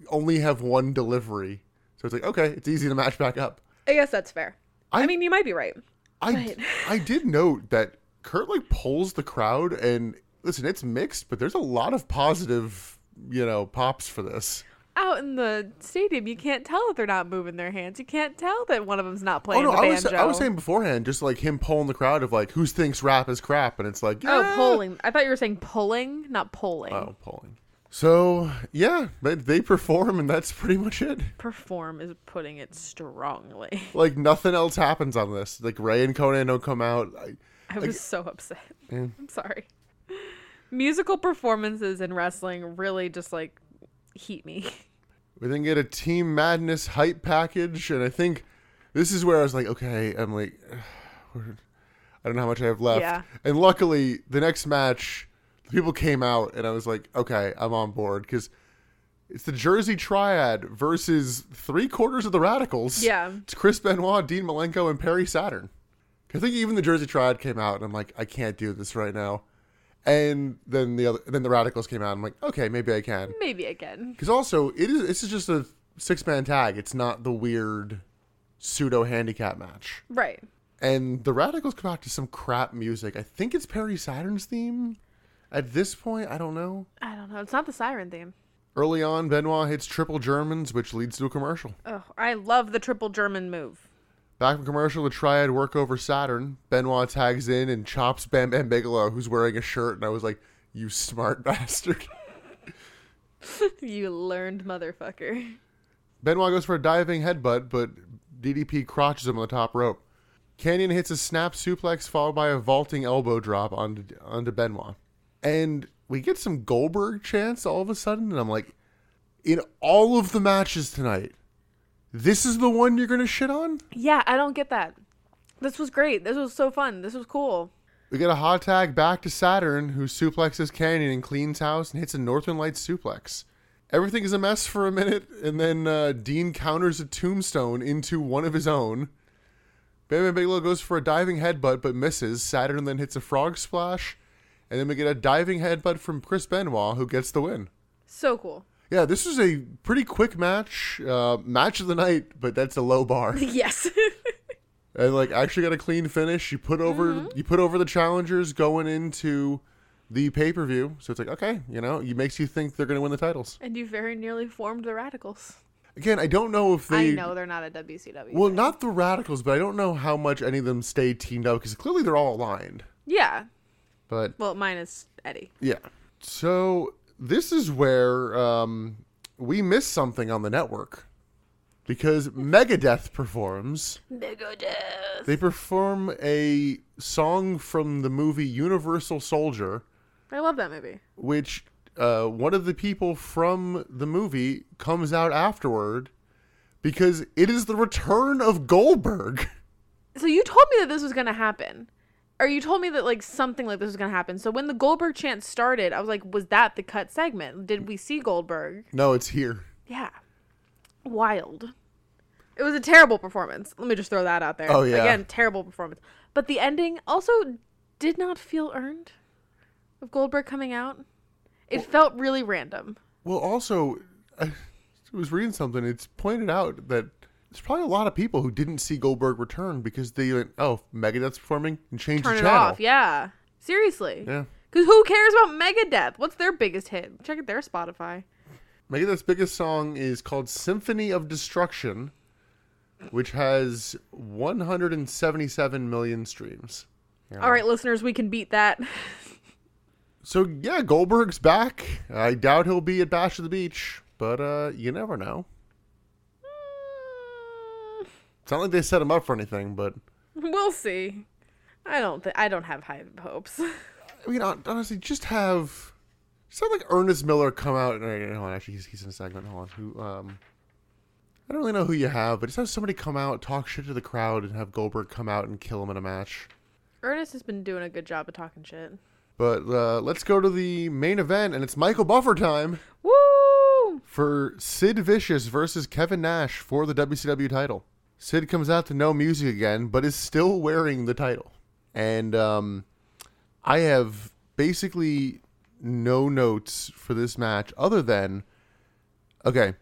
[SPEAKER 1] only have one delivery. So it's like okay, it's easy to match back up.
[SPEAKER 2] I guess that's fair. I
[SPEAKER 1] I-
[SPEAKER 2] mean, you might be right.
[SPEAKER 1] I
[SPEAKER 2] Right.
[SPEAKER 1] I did note that Kurt like pulls the crowd and listen, it's mixed, but there's a lot of positive, you know, pops for this.
[SPEAKER 2] out in the stadium, you can't tell that they're not moving their hands. You can't tell that one of them's not
[SPEAKER 1] Oh
[SPEAKER 2] playing
[SPEAKER 1] no,
[SPEAKER 2] the
[SPEAKER 1] I was,
[SPEAKER 2] banjo.
[SPEAKER 1] I was saying beforehand, just like him pulling the crowd of like who thinks rap is crap, and it's like
[SPEAKER 2] oh,
[SPEAKER 1] yeah.
[SPEAKER 2] polling. I thought you were saying pulling, not polling.
[SPEAKER 1] oh polling. So yeah, but they perform, and that's pretty much it.
[SPEAKER 2] Perform is putting it strongly.
[SPEAKER 1] Like nothing else happens on this. Like Ray and Conan don't come out. I,
[SPEAKER 2] I was so upset. I'm sorry. Musical performances in wrestling really just like heat me.
[SPEAKER 1] we then get a Team Madness hype package, and I think this is where I was like, okay, I'm like, we're- I don't know how much I have left.
[SPEAKER 2] Yeah.
[SPEAKER 1] And luckily, the next match, the people came out, and I was like, okay, I'm on board because it's the Jersey Triad versus three quarters of the Radicals.
[SPEAKER 2] Yeah.
[SPEAKER 1] It's Chris Benoit, Dean Malenko, and Perry Saturn. 'Cause I think even the Jersey Triad came out, and I'm like, I can't do this right now. And then the other, then the Radicals came out. And I'm like, okay, maybe I can.
[SPEAKER 2] Maybe again.
[SPEAKER 1] Because also, it is this is just a six man tag. It's not the weird pseudo handicap match.
[SPEAKER 2] Right.
[SPEAKER 1] And the Radicals come out to some crap music. I think it's Perry Saturn's theme. At this point, I don't know.
[SPEAKER 2] I don't know. It's not the siren theme.
[SPEAKER 1] Early on, Benoit hits triple Germans, which leads to a commercial.
[SPEAKER 2] Oh, I love the triple German move.
[SPEAKER 1] Back from commercial, the Triad work over Saturn. Benoit tags in and chops Bam Bam Bigelow, who's wearing a shirt. And I was like, "You smart bastard."
[SPEAKER 2] you learned motherfucker.
[SPEAKER 1] Benoit goes for a diving headbutt, but DDP crotches him on the top rope. Canyon hits a snap suplex followed by a vaulting elbow drop onto, onto Benoit. And we get some Goldberg chants all of a sudden, and I'm like, in all of the matches tonight, this is the one you're going to shit on?
[SPEAKER 2] Yeah, I don't get that. This was great. This was so fun. This was cool.
[SPEAKER 1] We get a hot tag back to Saturn, who suplexes Canyon and cleans house and hits a Northern Lights suplex. Everything is a mess for a minute, and then uh, Dean counters a tombstone into one of his own. Bam Bam Bigelow goes for a diving headbutt but misses. Saturn then hits a frog splash, and then we get a diving headbutt from Chris Benoit, who gets the win.
[SPEAKER 2] So cool.
[SPEAKER 1] Yeah, this was a pretty quick match, uh, match of the night, but that's a low bar.
[SPEAKER 2] Yes.
[SPEAKER 1] and like actually got a clean finish. You put over
[SPEAKER 2] Mm-hmm.
[SPEAKER 1] you put over the challengers going into the pay per view, so it's like okay, you know, it makes you think they're going to win the titles
[SPEAKER 2] and you very nearly formed the Radicals.
[SPEAKER 1] again. I don't know if they
[SPEAKER 2] I know they're not a WCW.
[SPEAKER 1] well
[SPEAKER 2] but-
[SPEAKER 1] not the radicals, but I don't know how much any of them stay teamed up because clearly they're all aligned.
[SPEAKER 2] Yeah.
[SPEAKER 1] But
[SPEAKER 2] Well, minus Eddie.
[SPEAKER 1] yeah, so this is where um, we missed something on the network. because Megadeth performs.
[SPEAKER 2] Megadeth.
[SPEAKER 1] They perform a song from the movie Universal Soldier,
[SPEAKER 2] I love that movie.
[SPEAKER 1] which uh, one of the people from the movie comes out afterward because it is the return of Goldberg.
[SPEAKER 2] So you told me that this was gonna happen, or you told me that like something like this was gonna happen. So when the Goldberg chant started, I was like, was that the cut segment? Did we see Goldberg?
[SPEAKER 1] No, it's here.
[SPEAKER 2] Yeah, wild. It was a terrible performance. Let me just throw that out there.
[SPEAKER 1] Oh, yeah.
[SPEAKER 2] again, terrible performance. But the ending also did not feel earned. Of Goldberg coming out, it felt really random.
[SPEAKER 1] Well, also, I was reading something. It's pointed out that there's probably a lot of people who didn't see Goldberg return because they went, "Oh, Megadeth's performing," and changed
[SPEAKER 2] Turn
[SPEAKER 1] the
[SPEAKER 2] it
[SPEAKER 1] channel.
[SPEAKER 2] off. Yeah, seriously.
[SPEAKER 1] yeah.
[SPEAKER 2] Because who cares about Megadeth? What's their biggest hit? Check out their Spotify.
[SPEAKER 1] Megadeth's biggest song is called "Symphony of Destruction," which has 177 million streams.
[SPEAKER 2] All right, listeners, we can beat that.
[SPEAKER 1] So yeah, Goldberg's back. I doubt he'll be at Bash of the Beach, but uh, you never know. It's not like they set him up for anything, but
[SPEAKER 2] we'll see. I don't. Th- I don't have high hopes.
[SPEAKER 1] I mean, hon- honestly, just have just have like Ernest Miller come out. And, uh, hold on, actually, he's, he's in a segment. Hold on, who? Um, I don't really know who you have, but just have somebody come out, talk shit to the crowd, and have Goldberg come out and kill him in a match.
[SPEAKER 2] Ernest has been doing a good job of talking shit.
[SPEAKER 1] But uh, let's go to the main event, and it's Michael Buffer time
[SPEAKER 2] Woo!
[SPEAKER 1] for Sid Vicious versus Kevin Nash for the WCW title. Sid comes out to no music again, but is still wearing the title. And um, I have basically no notes for this match other than okay,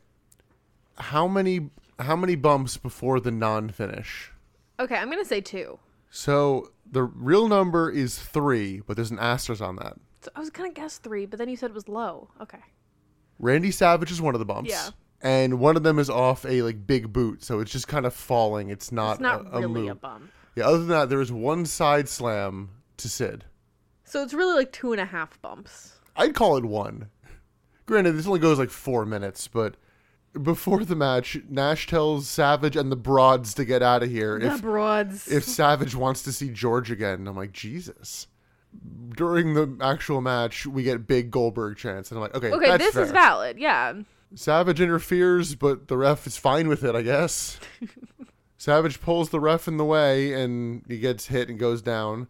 [SPEAKER 1] how many how many bumps before the non finish?
[SPEAKER 2] Okay, I'm gonna say two.
[SPEAKER 1] So the real number is three, but there's an asterisk on that.
[SPEAKER 2] So I was gonna guess three, but then you said it was low. Okay.
[SPEAKER 1] Randy Savage is one of the bumps.
[SPEAKER 2] Yeah.
[SPEAKER 1] And one of them is off a like big boot, so it's just kind of falling. It's not,
[SPEAKER 2] It's not
[SPEAKER 1] a, a
[SPEAKER 2] really
[SPEAKER 1] move.
[SPEAKER 2] a bump.
[SPEAKER 1] yeah. Other than that, there is one side slam to Sid.
[SPEAKER 2] So it's really like two and a half bumps.
[SPEAKER 1] I'd call it one. Granted, this only goes like four minutes, but before the match, Nash tells Savage and the Broads to get out of here
[SPEAKER 2] the
[SPEAKER 1] if
[SPEAKER 2] broads.
[SPEAKER 1] if Savage wants to see George again. And I'm like, Jesus. During the actual match, we get big Goldberg chance, and I'm like, okay,
[SPEAKER 2] okay,
[SPEAKER 1] that's
[SPEAKER 2] this is
[SPEAKER 1] fair.
[SPEAKER 2] valid. Yeah.
[SPEAKER 1] Savage interferes, but the ref is fine with it, I guess. Savage pulls the ref in the way and he gets hit and goes down.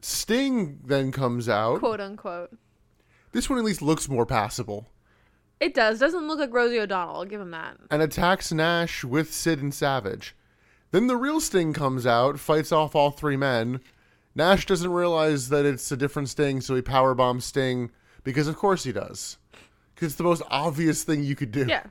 [SPEAKER 1] Sting then comes out.
[SPEAKER 2] Quote unquote.
[SPEAKER 1] This one at least looks more passable.
[SPEAKER 2] It does. Doesn't look like Rosie O'Donnell. I'll give him that.
[SPEAKER 1] And attacks Nash with Sid and Savage. Then the real Sting comes out, fights off all three men. Nash doesn't realize that it's a different Sting, so he powerbombs Sting because, of course, he does. Because it's the most obvious thing you could do.
[SPEAKER 2] Yeah.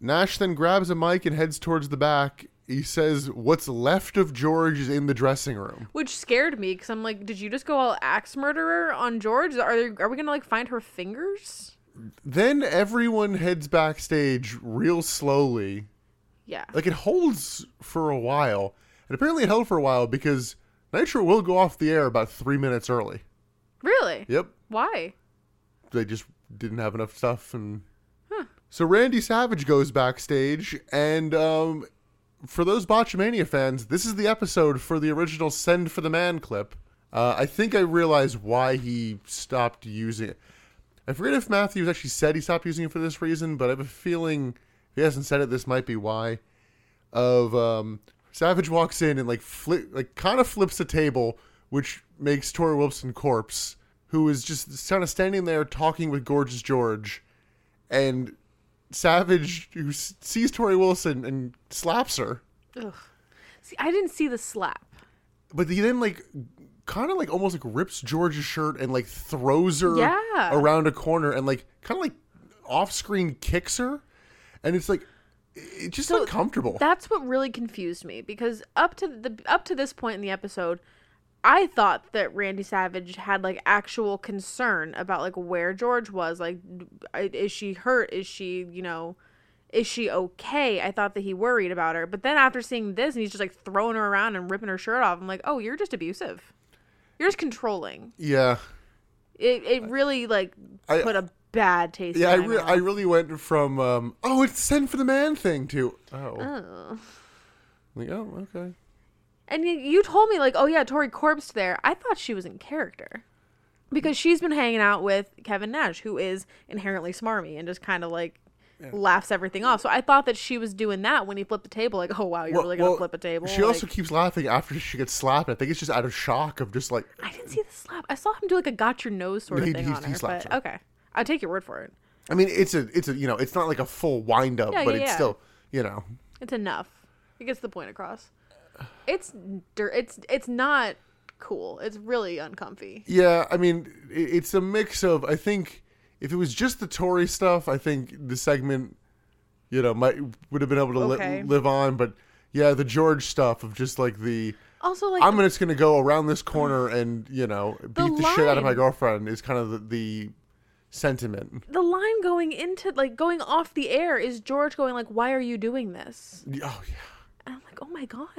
[SPEAKER 1] Nash then grabs a mic and heads towards the back. He says, What's left of George is in the dressing room.
[SPEAKER 2] which scared me because I'm like, did you just go all axe murderer on George? Are there, are we gonna like find her fingers?
[SPEAKER 1] Then everyone heads backstage real slowly.
[SPEAKER 2] Yeah,
[SPEAKER 1] Like it holds for a while. And apparently it held for a while because Nitro will go off the air about three minutes early.
[SPEAKER 2] really.
[SPEAKER 1] Yep.
[SPEAKER 2] Why?
[SPEAKER 1] They just didn't have enough stuff and. So Randy Savage goes backstage, and um, for those Botchamania fans, this is the episode for the original "Send for the Man" clip. Uh, I think I realize why he stopped using it. I forget if Matthews actually said he stopped using it for this reason, but I have a feeling if he hasn't said it, this might be why. Of um, Savage walks in and like flip, like kind of flips a table, which makes Tori Wilson corpse, who is just kind of standing there talking with Gorgeous George, and Savage who s- sees Tori Wilson and slaps her,
[SPEAKER 2] Ugh. See, I didn't see the slap.
[SPEAKER 1] but he then like kind of like almost like rips George's shirt and like throws her
[SPEAKER 2] Yeah.
[SPEAKER 1] around a corner and like kind of like off screen kicks her, and it's like it's just
[SPEAKER 2] So
[SPEAKER 1] uncomfortable.
[SPEAKER 2] That's what really confused me because up to the up to this point in the episode, I thought that Randy Savage had like actual concern about like where George was. Like, I- is she hurt? Is she you know, is she okay? I thought that he worried about her, but then after seeing this and he's just like throwing her around and ripping her shirt off, I'm like, oh, you're just abusive. You're just controlling.
[SPEAKER 1] yeah,
[SPEAKER 2] It it really like
[SPEAKER 1] I-
[SPEAKER 2] put a bad taste.
[SPEAKER 1] Yeah, I,
[SPEAKER 2] in my
[SPEAKER 1] re- I
[SPEAKER 2] mouth.
[SPEAKER 1] really went from um, oh, it's send for the man thing to oh,
[SPEAKER 2] Oh.
[SPEAKER 1] like oh, okay.
[SPEAKER 2] And you, you told me like, oh yeah, Tori Corpsed there. I thought she was in character because she's been hanging out with Kevin Nash, who is inherently smarmy and just kind of like laughs everything off. So I thought that she was doing that when he flipped the table. Like, oh wow, you're really gonna
[SPEAKER 1] Well,
[SPEAKER 2] flip a table.
[SPEAKER 1] She also
[SPEAKER 2] Like,
[SPEAKER 1] keeps laughing after she gets slapped. I think it's just out of shock of just like
[SPEAKER 2] I didn't see the slap. I saw him do like a got your nose sort of
[SPEAKER 1] He-
[SPEAKER 2] thing
[SPEAKER 1] he-
[SPEAKER 2] on
[SPEAKER 1] he
[SPEAKER 2] her.
[SPEAKER 1] slaps
[SPEAKER 2] But
[SPEAKER 1] her.
[SPEAKER 2] okay, I'll take your word for it.
[SPEAKER 1] I mean, it's a it's a you know, it's not like a full wind up,
[SPEAKER 2] Yeah,
[SPEAKER 1] but
[SPEAKER 2] yeah,
[SPEAKER 1] it's
[SPEAKER 2] yeah.
[SPEAKER 1] still you know.
[SPEAKER 2] It's enough. It gets the point across. It's dir- it's it's not cool. It's really uncomfy.
[SPEAKER 1] Yeah, I mean, i it's a mix of. I think if it was just the Tory stuff, I think the segment, you know, might would have been able to li-
[SPEAKER 2] Okay.
[SPEAKER 1] live on. But yeah, the George stuff of just like the
[SPEAKER 2] Also, like
[SPEAKER 1] I'm gonna- just gonna go around this corner and you know beat the, shit out of my
[SPEAKER 2] line.
[SPEAKER 1] Oh,
[SPEAKER 2] "Oh
[SPEAKER 1] um, uh, um, Oh,
[SPEAKER 2] Oh,
[SPEAKER 1] Um, um, Oh um, uh,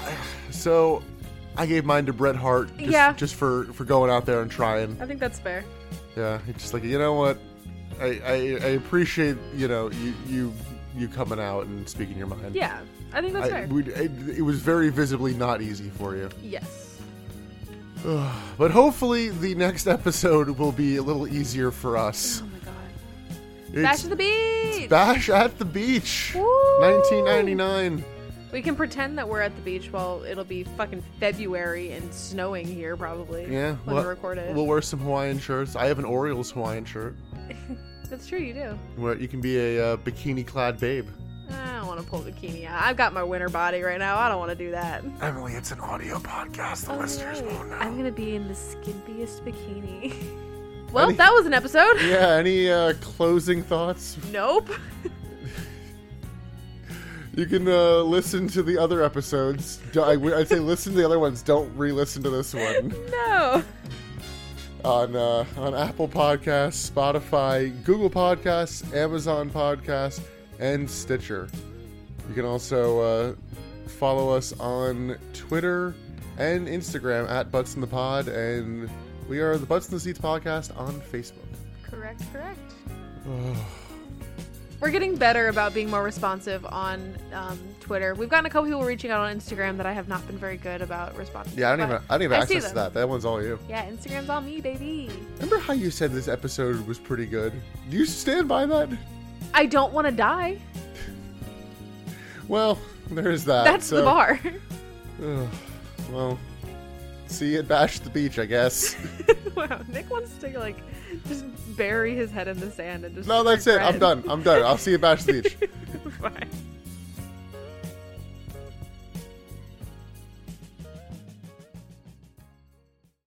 [SPEAKER 1] um, uh, Oh uh, uh, uh, on uh,
[SPEAKER 2] um,
[SPEAKER 1] on Apple Podcasts, Spotify, Google Podcasts, Amazon Podcasts, and Stitcher. You can also uh, follow us on Twitter and Instagram at Butts in the Pod, and we are the Butts in the Seats podcast on Facebook.
[SPEAKER 2] Correct, correct. We're getting better about being more responsive on um, Twitter. We've gotten a couple people reaching out on Instagram that I have not been very good about responding.
[SPEAKER 1] Yeah, I don't
[SPEAKER 2] but
[SPEAKER 1] even I don't even have
[SPEAKER 2] see
[SPEAKER 1] access to
[SPEAKER 2] them.
[SPEAKER 1] that. That one's all you.
[SPEAKER 2] Yeah, Instagram's all me, baby.
[SPEAKER 1] Remember how you said this episode was pretty good? Do you stand by that?
[SPEAKER 2] I don't want to die.
[SPEAKER 1] Well, there's that.
[SPEAKER 2] That's the
[SPEAKER 1] so-
[SPEAKER 2] bar.
[SPEAKER 1] Ugh, well, see you at Bash at the Beach, I guess.
[SPEAKER 2] wow, Nick wants to like just bury his head in the sand and just.
[SPEAKER 1] No, that's it. I'm
[SPEAKER 2] regret.
[SPEAKER 1] done. I'm done. I'll see you at Bash at the Beach.